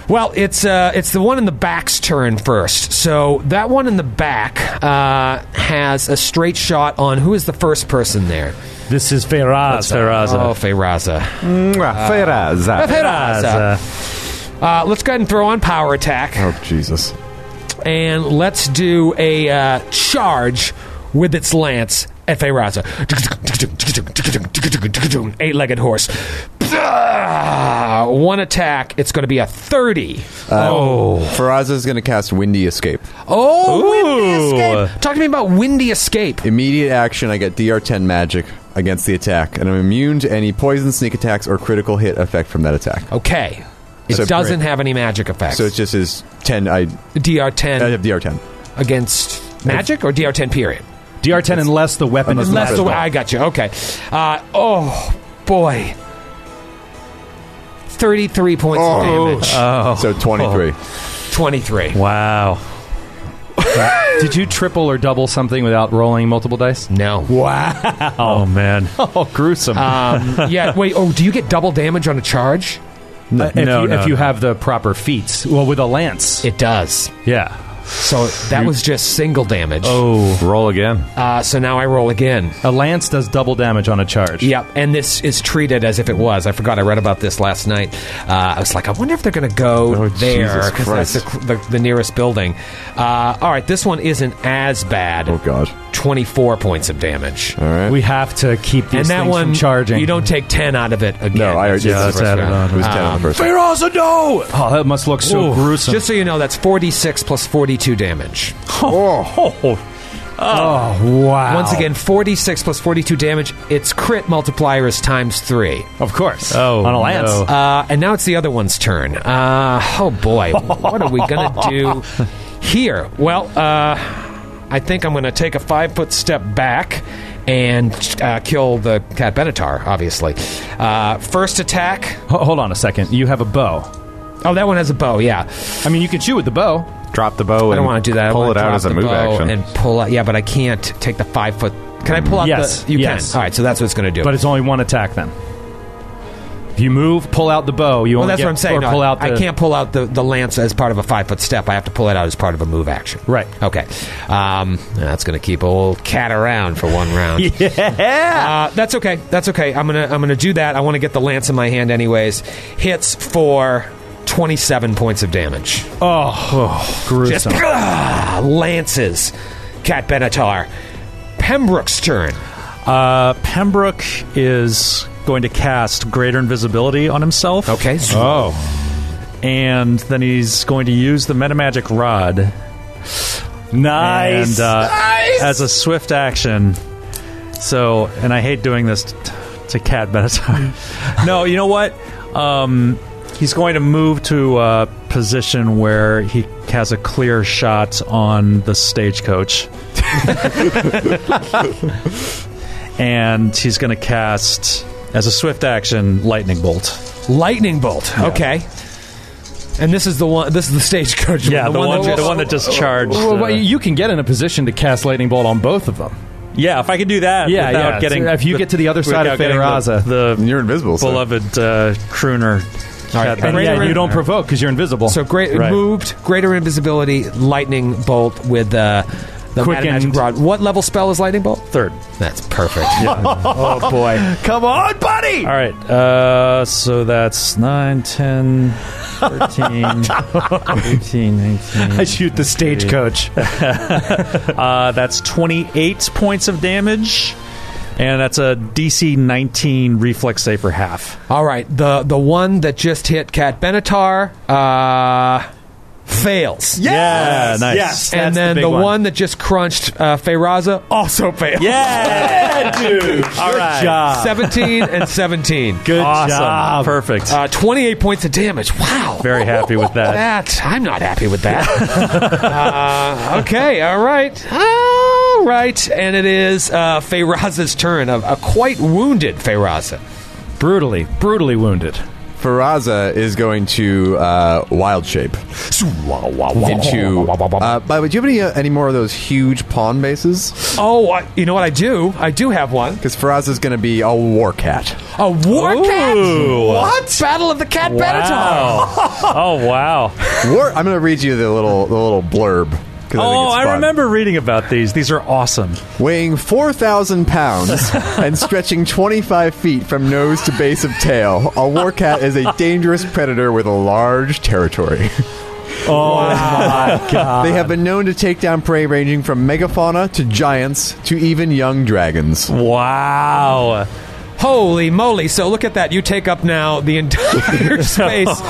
well, it's uh, it's the one in the back's turn first. So that one in the back uh, has a straight shot on who is the first person there.
this is Feraz.
Oh, Feyraza. Ah.
Feyraza.
Feyraza. Uh, let's go ahead and throw on power attack,
oh Jesus!
and let's do a uh, charge with its lance at Feyraza. Eight-legged horse. One attack. It's going to be a thirty.
Faraz is going to cast Windy Escape.
Oh, windy escape! Talk to me about windy escape.
Immediate action. I get DR10 magic against the attack, and I'm immune to any poison, sneak attacks, or critical hit effect from that attack.
Okay, it
So
doesn't
great.
have any magic effects.
So it's just his ten. I,
DR
I
ten
have DR10.
against magic or DR ten period.
DR10 unless the weapon is
Unless
left.
the way I got you. Okay. Uh, oh boy. Thirty-three points of damage.
So 23.
Twenty-three.
Wow.
Did you triple or double something without rolling multiple dice?
No.
Oh, man. Uh,
Oh, gruesome.
Um, yeah. Wait. Oh, do you get double damage on a charge?
no, Uh, if
no,
you,
no,
if you
no.
have the proper feats. Well, with a lance.
It does.
yeah.
So that was just single damage.
Oh.
Roll again.
Uh, so now I roll again.
A lance does double damage on a charge.
Yep, and this is treated as if it was. I forgot I read about this last night. Uh, I was like, I wonder if they're going to go
Oh,
there
Jesus
that's the, the, the nearest building. Uh, all right, this one isn't as bad.
Oh God!
24 points of damage.
All right.
We have to keep these
and that
things
one,
from charging.
you don't take 10 out of it again.
no, I
It's
already
just the
yeah,
first round.
It was 10 on the first. round.
Oh, that must look so
Ooh.
gruesome.
Just so you know, that's 46 plus 42 damage.
wow.
Once again, 46 plus 42 damage. Its crit multiplier is times three.
of course.
Oh,
on a lance.
no.
Uh, and now it's the other one's turn. Uh, oh boy, what are we gonna do here? Well, uh, I think I'm gonna take a five foot step back and uh, kill the cat Benatar. Obviously, uh, first attack.
Ho- hold on a second. You have a bow.
Oh, that one has a bow. Yeah,
I mean, you can shoot with the bow.
Drop the bow.
I don't
and
want to do that. I
Pull
wanna
it out
drop
as a
the
move
bow
action.
and pull out. Yeah, but I can't take the five foot. Can I pull out?
Yes,
the, you
yes.
can. All right, so that's what it's gonna do.
But it's only one attack then. If you move, pull out the bow. You
well,
only
that's
get-
what I'm saying.
Or
No,
pull out the,
I can't pull out the, the lance as part of a five foot step. I have to pull it out as part of a move action.
Right.
Okay. Um, that's going to keep old cat around for one round. yeah. Uh, that's okay. That's okay. I'm gonna I'm gonna do that. I want to get the lance in my hand anyways. Hits for. 27 points of damage.
Oh,
Just
gruesome.
ah, lances. Cat Benatar. Pembroke's turn.
Uh, Pembroke is going to cast Greater Invisibility on himself.
Okay.
Oh.
And then he's going to use the Metamagic Rod.
Nice.
uh,
Ah!
And, uh, As a swift action. So, and I hate doing this t- It's a cat minotaur. no, you know what? Um, he's going to move to a position where he has a clear shot on the stagecoach. and he's going to cast, as a swift action, Lightning Bolt.
Lightning bolt. Okay. And this is the one. This is the stagecoach.
Yeah, the, one,
that
the one that just charged.
Well,
uh,
well, you can get in a position to cast lightning bolt on both of them.
yeah, if I could do that
Yeah,
without
yeah.
getting
So if you get to the other side of
without getting
Federaza.
the, the
You're invisible. So.
beloved uh, crooner. cat
And
minotaur.
yeah, you don't provoke because you're invisible.
So great
Right.
moved, greater invisibility, lightning bolt with uh, the
Quickened.
magic rod. What level spell is lightning bolt?
third.
That's perfect.
oh boy,
Come on, buddy.
All right. Uh, so that's 9, 10, 13, 18, 19.
I shoot the stagecoach.
Uh, that's 28 points of damage. And that's a DC 19 reflex save for half.
All right, the the one that just hit Cat Benatar uh, fails.
Yeah, nice.
Yes.
And
That's the
then the,
big
one.
one.
that just crunched uh, Feyraza also failed.
Yeah, dude. All right.
job.
17 and 17.
Good awesome.
job.
Perfect.
Uh, 28 points of damage. Wow.
Very happy with that.
That I'm not happy with that. uh, okay, all right, all right, and it is uh, Feyraza's turn. A, a quite wounded Feyraza.
brutally, brutally wounded.
Faraza is going to uh, wild shape into. Uh, by the way, do you have any uh, any more of those huge pawn bases?
Oh, I, you know what I do? I do have one.
Because Faraza is going to be a war cat.
A war cat.
Ooh.
What? Battle of the Cat Benatar.
Wow. oh, wow.
War. I'm going to read you the little the little blurb. 'cause think
Oh,
it's
I
fun.
remember reading about these. These are awesome.
Weighing 4,000 pounds and stretching 25 feet from nose to base of tail, a war cat is a dangerous predator with a large territory.
Oh my god!
They have been known to take down prey ranging from megafauna to giants to even young
Hmm.
dragons.
Wow.
Holy moly! So look at that. You take up now the entire space.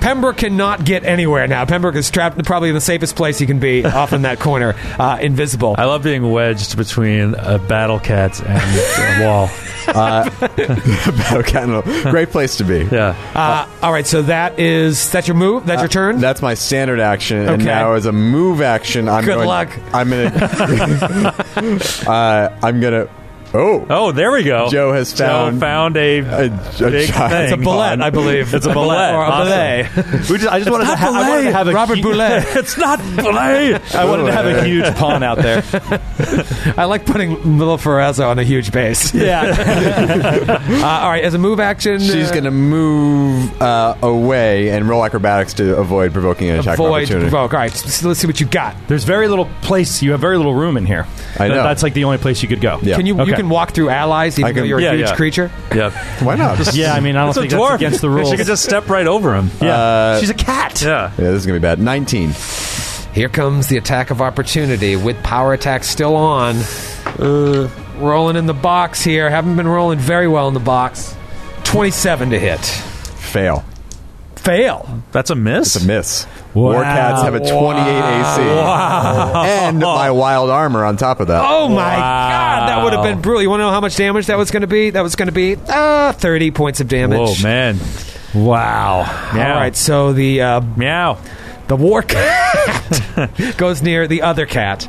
Pembroke cannot get anywhere now. Pembroke is trapped, probably in the safest place he can be, off in that corner, uh, invisible.
I love being wedged between a battle cat and a wall.
Battle cat, no. great place to be.
Yeah.
Uh, all right, so that is that's your move. That's your turn.
That's my standard action, and
Okay.
now as a move action, I'm
Good
going.
luck.
I'm gonna. uh, I'm gonna. Oh,
Oh, there we go.
Joe has found
Joe found a,
a, a giant
big thing.
it's a bullet,
on-
I believe.
It's a bullet.
or a
Awesome.
bullet.
We just, I just wanted to, ha- I wanted to have a
Robert
hu-
Boulet.
it's not bullet.
I wanted to have a huge pawn out there.
I like putting Little Ferrazzo on a huge base.
Yeah,
Uh, all right, as a move action,
She's
uh,
going to move uh, away and roll acrobatics to avoid provoking an attack of
avoid
opportunity.
provoke. All right, so let's see what you got.
there's very little place. You have very little room in here.
I
That-
know.
That's like the only place you could go.
Yeah.
Can you you
Okay.
can walk through allies even
I can-
though you're a
yeah,
huge
yeah.
creature?
Yep.
Why not? yeah,
Yeah, I mean, I don't
It's
think
a dwarf.
that's against the rules.
She could just step right over him.
yeah,
Uh,
she's a cat.
Yeah.
this is going to be bad. 19.
Here comes the attack of opportunity with power attack still on. Uh, rolling in the box here. Haven't been rolling very well in the box. Twenty-seven to hit.
Fail.
Fail.
That's a miss.
It's a miss. War cats have a 28 AC. And my wild armor on top of that.
Oh my god, that would have been brutal. You want to know how much damage that was going to be? That was going to be uh, 30 points of damage.
Whoa, man.
Wow.
Meow.
All right, so the uh,
Meow.
the war cat goes near the other cat.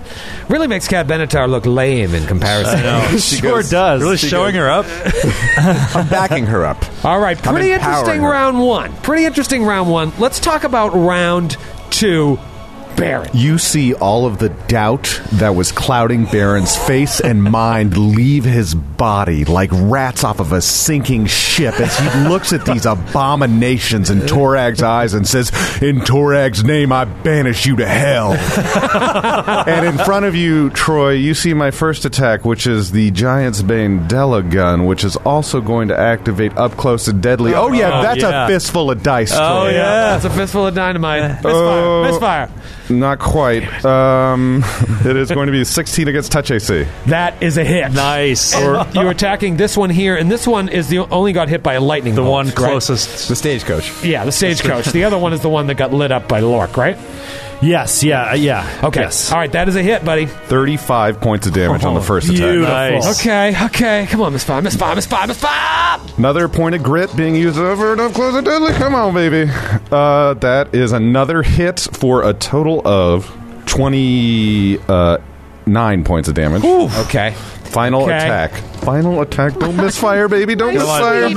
Really makes Cat Benatar look lame in comparison.
sure does.
Really showing her up.
I'm backing her up.
All right, pretty
empowering
interesting
her.
round one. Pretty interesting round one. Let's talk about round two, Baron.
You see all of the doubt that was clouding Baron's face and mind leave his body like rats off of a sinking ship as he looks at these abominations in Torag's eyes and says, In Torag's name, I banish you to hell.
and in front of you, Troy, you see my first attack, which is the Giant's Bane Della gun, which is also going to activate up close and deadly. Oh, yeah,
Oh,
that's
yeah.
a fistful of dice, Troy.
Oh, yeah.
That's a fistful of dynamite. Misfire.
Oh.
misfire.
Not quite. Um, it is going to be 16 against touch AC.
That is a hit.
Nice.
And you're attacking this one here, and this one is the only got hit by a lightning.
the
bolt,
one
right?
closest.
The stagecoach.
Yeah, the stagecoach. the other one is the one that got lit up by Lork, right?
Yes, yeah, uh, yeah.
Okay.
Yes.
All right, that is a hit, buddy.
35 points of damage on the first
beautiful.
attack.
Nice.
Okay, okay. Come on, Miss Five, Miss Five, Miss Five, Miss Five.
Another point of grit being used over and up close and deadly. Come on, baby. Uh, that is another hit for a total of 29 points of damage.
Okay.
Final
Okay.
attack. Final attack. Don't misfire, baby. Don't misfire.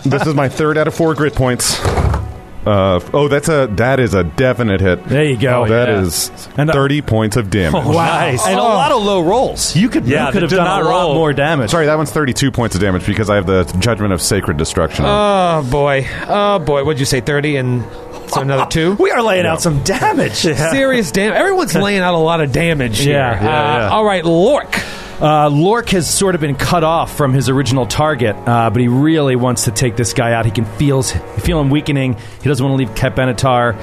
this is my third out of four grit points. Uh, f- oh, that's a that is a definite hit. Oh,
There you go.
That
yeah.
is
And, uh, Oh,
thirty points of damage.
Nice.
And a lot of low rolls.
You could,
Yeah,
you could
they
have
did
done
not
a lot
roll.
more damage.
Sorry, that one's thirty-two points of damage because I have the judgment of sacred destruction.
Oh boy. Oh boy. What'd you say? Thirty and so another two.
We are laying out some damage.
Serious damage. Everyone's laying out a lot of damage here.
Yeah, yeah,
Uh,
yeah.
All right, Lork.
Uh, Lork has sort of been cut off from his original target, uh, but he really wants to take this guy out. He can feels feel him weakening. He doesn't want to leave Ket Benatar.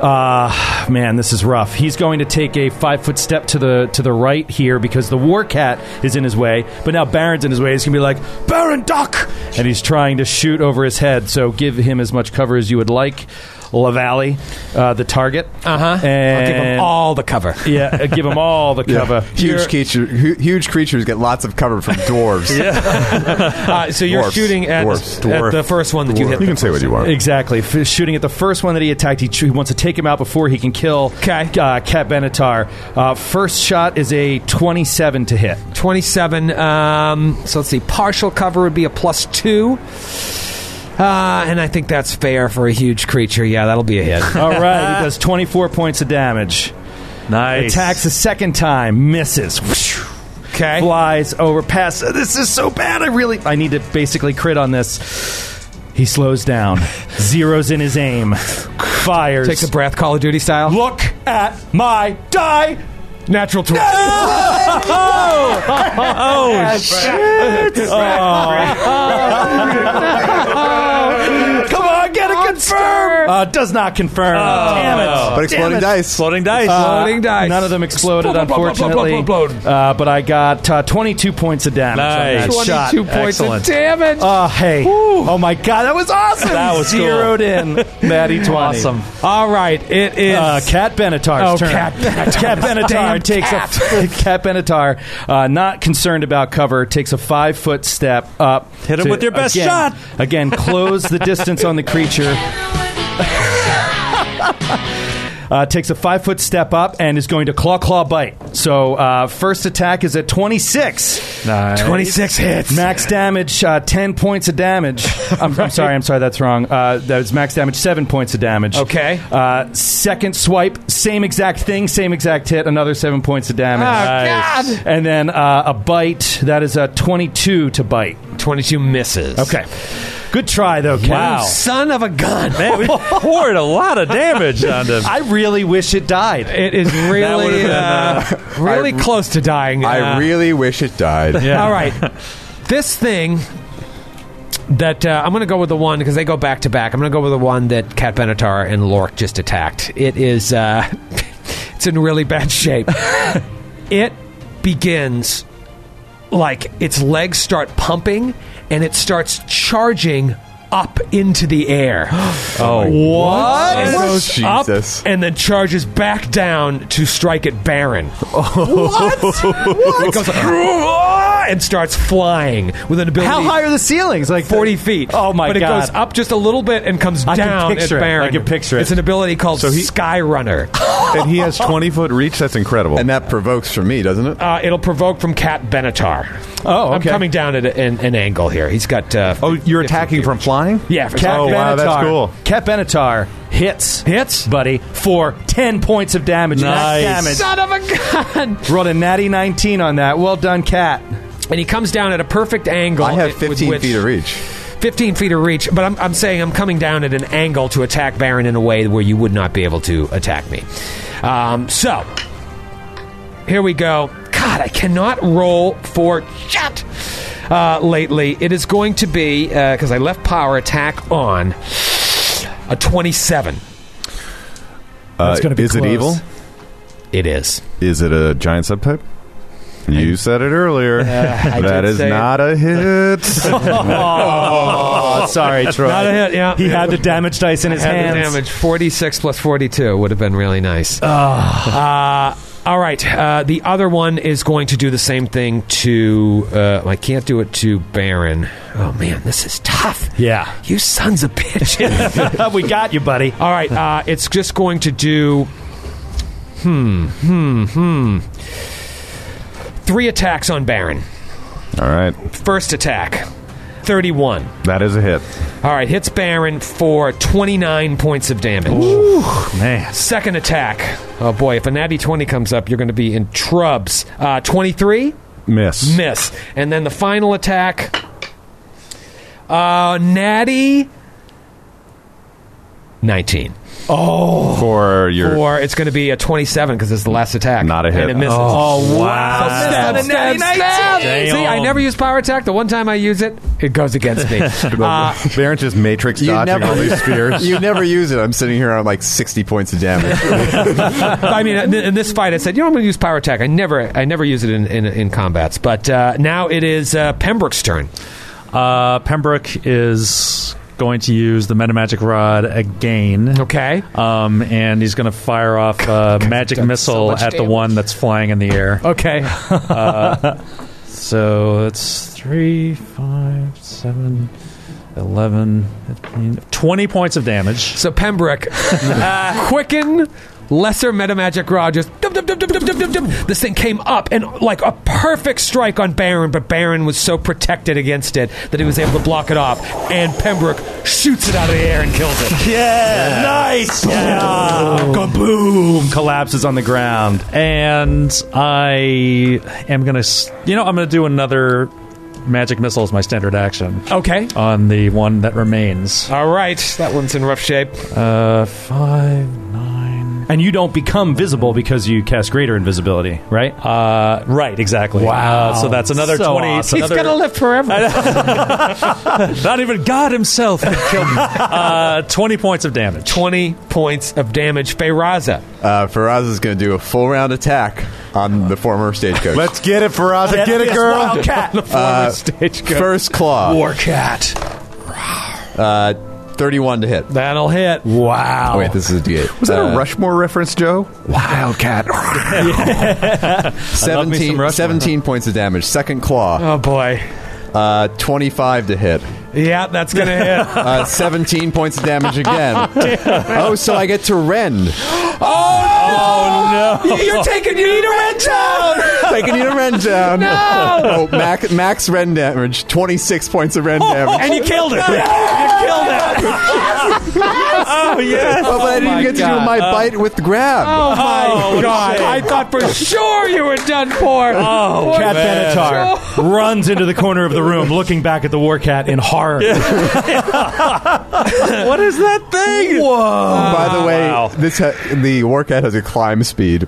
Uh, man, this is rough. He's going to take a five foot step to the to the right here because the War Cat is in his way. But now Baron's in his way. He's gonna be like Baron Duck, and he's trying to shoot over his head. So give him as much cover as you would like. Lavalley, uh, the target.
Uh huh. I'll give
And
them all the cover.
yeah, uh, give him all the cover.
Huge creature, hu- huge creatures get lots of cover from dwarves.
Uh, so you're
Dwarfs.
shooting at,
Dwarfs.
at
Dwarf.
the first one that you hit.
you can say what you want.
Exactly. F- shooting at the first one that he attacked, he, tr- he wants to take him out before he can kill
Okay.
uh, Cat Benatar. Uh, first shot is a 27 to hit.
27. Um, so let's see. Partial cover would be a plus two. Uh, and I think that's fair for a huge creature. Yeah, that'll be a hit.
All right, he does 24 points of damage.
Nice.
Attacks a second time, misses. Whoosh.
Okay.
Flies over past. "Uh, This is so bad. I really, I need to basically crit on this. He slows down, zeroes in his aim, fires.
Takes a breath, Call of Duty style.
Look at my die.
Natural 20.
Come on, get it confirmed. Uh, does not confirm. Damn it.
But exploding dice.
Floating dice.
Uh,
Exploding dice.
None of them exploded,
Explode, explode, explode,
unfortunately.
explode, explode.
Uh, but I got uh, 22 points of damage on that
Nice.
22
shot.
points
Excellent.
of damage.
Oh, hey. Oh, my God. That was awesome.
That was cool.
zeroed in. Maddie 20.
Awesome.
All right, it is.
Uh, Cat Benatar's
Oh,
turn.
Cat Benatar.
Cat Benatar
Damn
takes a Cat Benatar, uh, not concerned about cover, takes a five foot step up.
Hit him
to-
with your best
again-
shot.
Again, close the distance on the creature. Uh, takes a five foot step up and is going to claw claw bite. So uh, first attack is at twenty six.
26 hits.
Max damage, uh, 10 points of damage. I'm, I'm sorry, I'm sorry, that's wrong. Uh, that was max damage, 7 points of damage.
Okay.
Uh, second swipe, same exact thing, same exact hit, another 7 points of damage.
Oh, God.
And then uh, a bite, that is a 22 to bite.
22 misses.
Okay. Good try, though, Ken.
Wow.
Son of a gun.
Man, we poured a lot of damage onto him.
I really wish it died.
It is really, uh, really close to dying.
I
Uh,
really wish it died.
All right. this thing that uh, I'm going to go with the one because they go back to back. I'm going to go with the one that Cat Benatar and Lork just attacked. It is uh, it's in really bad shape. it begins like its legs start pumping and it starts charging up into the air. oh, what? Oh, It goes
Jesus.
up and then charges back down to strike at Baron. What? It goes like, and starts flying with an ability.
How high are the ceilings? Like
40 feet.
Oh, my
but
God.
But it goes up just a little bit and comes
I can
down
picture
at
it.
Baron.
I can picture it.
It's an ability called Sky Runner.
and he has twenty foot reach. That's incredible.
And that provokes from me, doesn't it?
Uh, it'll provoke from Cat Benatar.
Oh,
I'm
okay.
coming down at a, an, an angle here. He's got. Uh,
oh, you're attacking from flying?
yeah, for
Cat
Oh,
Benatar.
wow, that's cool.
Cat Benatar hits.
Hits?
Buddy, for 10 points of damage. Max damage.
Nice.
Son of a gun!
Rolled a natty 19 on that. Well done, Cat.
And he comes down at a perfect angle.
I have
it- with
15
which-
feet of reach.
15 feet of reach, but I'm, I'm saying I'm coming down at an angle to attack Baron in a way where you would not be able to attack me. Um, so, here we go. God, I cannot roll for shit uh, lately. It is going to be, because I left power attack on, a 27.
Uh,
That's gonna be
is it
close.
evil?
It is.
Is it a giant subtype? You said it earlier.
I
that
did
is
say it.
not a hit.
Oh, sorry, Troy.
Not a hit, yeah.
He had the damage dice in his
Had the
hands.
damage. 46 plus 42 would have been really nice. Uh, all right. Uh, the other one is going to do the same thing to. Uh, I can't do it to Baron. Oh, man. This is tough.
Yeah.
You sons of bitches.
we got you, buddy.
All right. Uh, it's just going to do. Hmm. Hmm. Hmm. Three attacks on Baron.
All right.
First attack 31.
That is a hit.
All right, hits Baron for 29 points of damage.
man.
Second attack. Oh, boy, if a natty 20 comes up, you're going to be in trubs. Uh, 23?
Miss.
Miss. And then the final attack. Uh, natty 19.
Oh.
For your.
Or it's going to be a 27 because it's the last attack. Not
a hit.
And it misses.
Oh, wow.
So stab,
That's
stab,
not a natty
stab.
19.
See, I never use power attack. The one time I use it, it goes against me. Uh,
Baron just matrix
You
dodging
never-
all these spears.
you never use it. I'm sitting here on like 60 points of damage.
I mean, in in this fight, I said, you know, I'm going to use power attack. I never, I never use it in in, in combats. But uh, now it is uh, Pembroke's turn.
Uh, Pembroke is going to use the metamagic rod again.
Okay.
Um, and he's going to fire off a magic missile
much
at the
damage. Oh.
one that's flying in the air.
Okay.
So that's 3, five, seven, 11, 15, 20 points of damage.
So Pembroke, uh, quicken. Lesser metamagic rod just dum, dum, dum, dum, dum, dum, dum, dum. this thing came up and like a perfect strike on Baron, but Baron was so protected against it that he was able to block it off. And Pembroke shoots it out of the air and kills it.
Yeah, nice. Yeah. Kaboom! Collapses on the ground.
And I am going to, you know, I'm going to do another magic missile as my standard action
Okay,
on the one that remains.
all right, that one's in rough shape.
Uh, 5, 9.
And you don't become visible because you cast greater invisibility, right?
Uh, right, exactly.
Uh,
Wow. so that's another
So
20.
awesome.
another-
Oh, He's gonna live forever.
Not even God himself could kill me. Uh, 20 points of damage.
Twenty points of damage, Feyraza.
Uh, Faraz is going to do a full round attack on the former stagecoach.
Let's get it, Faraz. Get, it, girl.
Uh, First claw.
Warcat.
Uh, 31 to hit.
That'll hit.
Wow.
Oh, wait, this is a D8.
Was that
Uh,
a Rushmore reference, Joe?
Wildcat.
17, 17 points of damage. Second claw.
Oh boy.
Uh, 25 to hit.
Yeah, that's gonna hit.
Uh, 17 points of damage again. oh, so I get to rend.
no. You're taking you Oh. need a red down.
Taking you to rend down. Oh, max, max rend damage. 26 points of
Oh.
rend damage.
And you killed it. You killed it. oh yes.
Oh, but I didn't
my
get to
God.
do my bite with grab.
Oh my
Oh,
god.
shit.
I thought for sure you were done for. Oh,
Cat Benatar runs into the corner of the room, looking back at the war cat in horror.
What is that thing? Whoa.
Oh, By the way, this ha- the Warcat has a climb speed.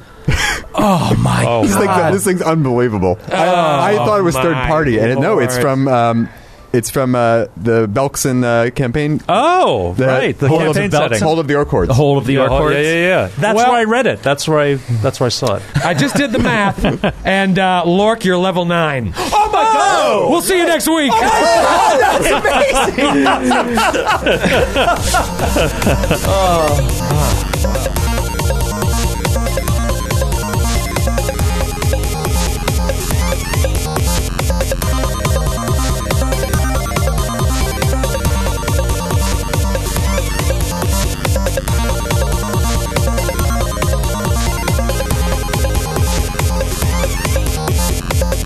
Oh my
This, thing, this thing's unbelievable. I, I thought it was
Oh
third
my
party, and it, no, it's
lord.
from um, it's from uh, the Belkson uh, campaign.
Oh,
The
right. The
Hold of
campaign
the Belkson-
setting.
Hold of the Orcords.
The whole of the
Yeah,
Orc
yeah, yeah, yeah. That's
Well-
where I read it. That's where I. That's where I saw it.
I just did the math, and uh, Lork, you're level nine. Oh my god! We'll see you next week.
Oh,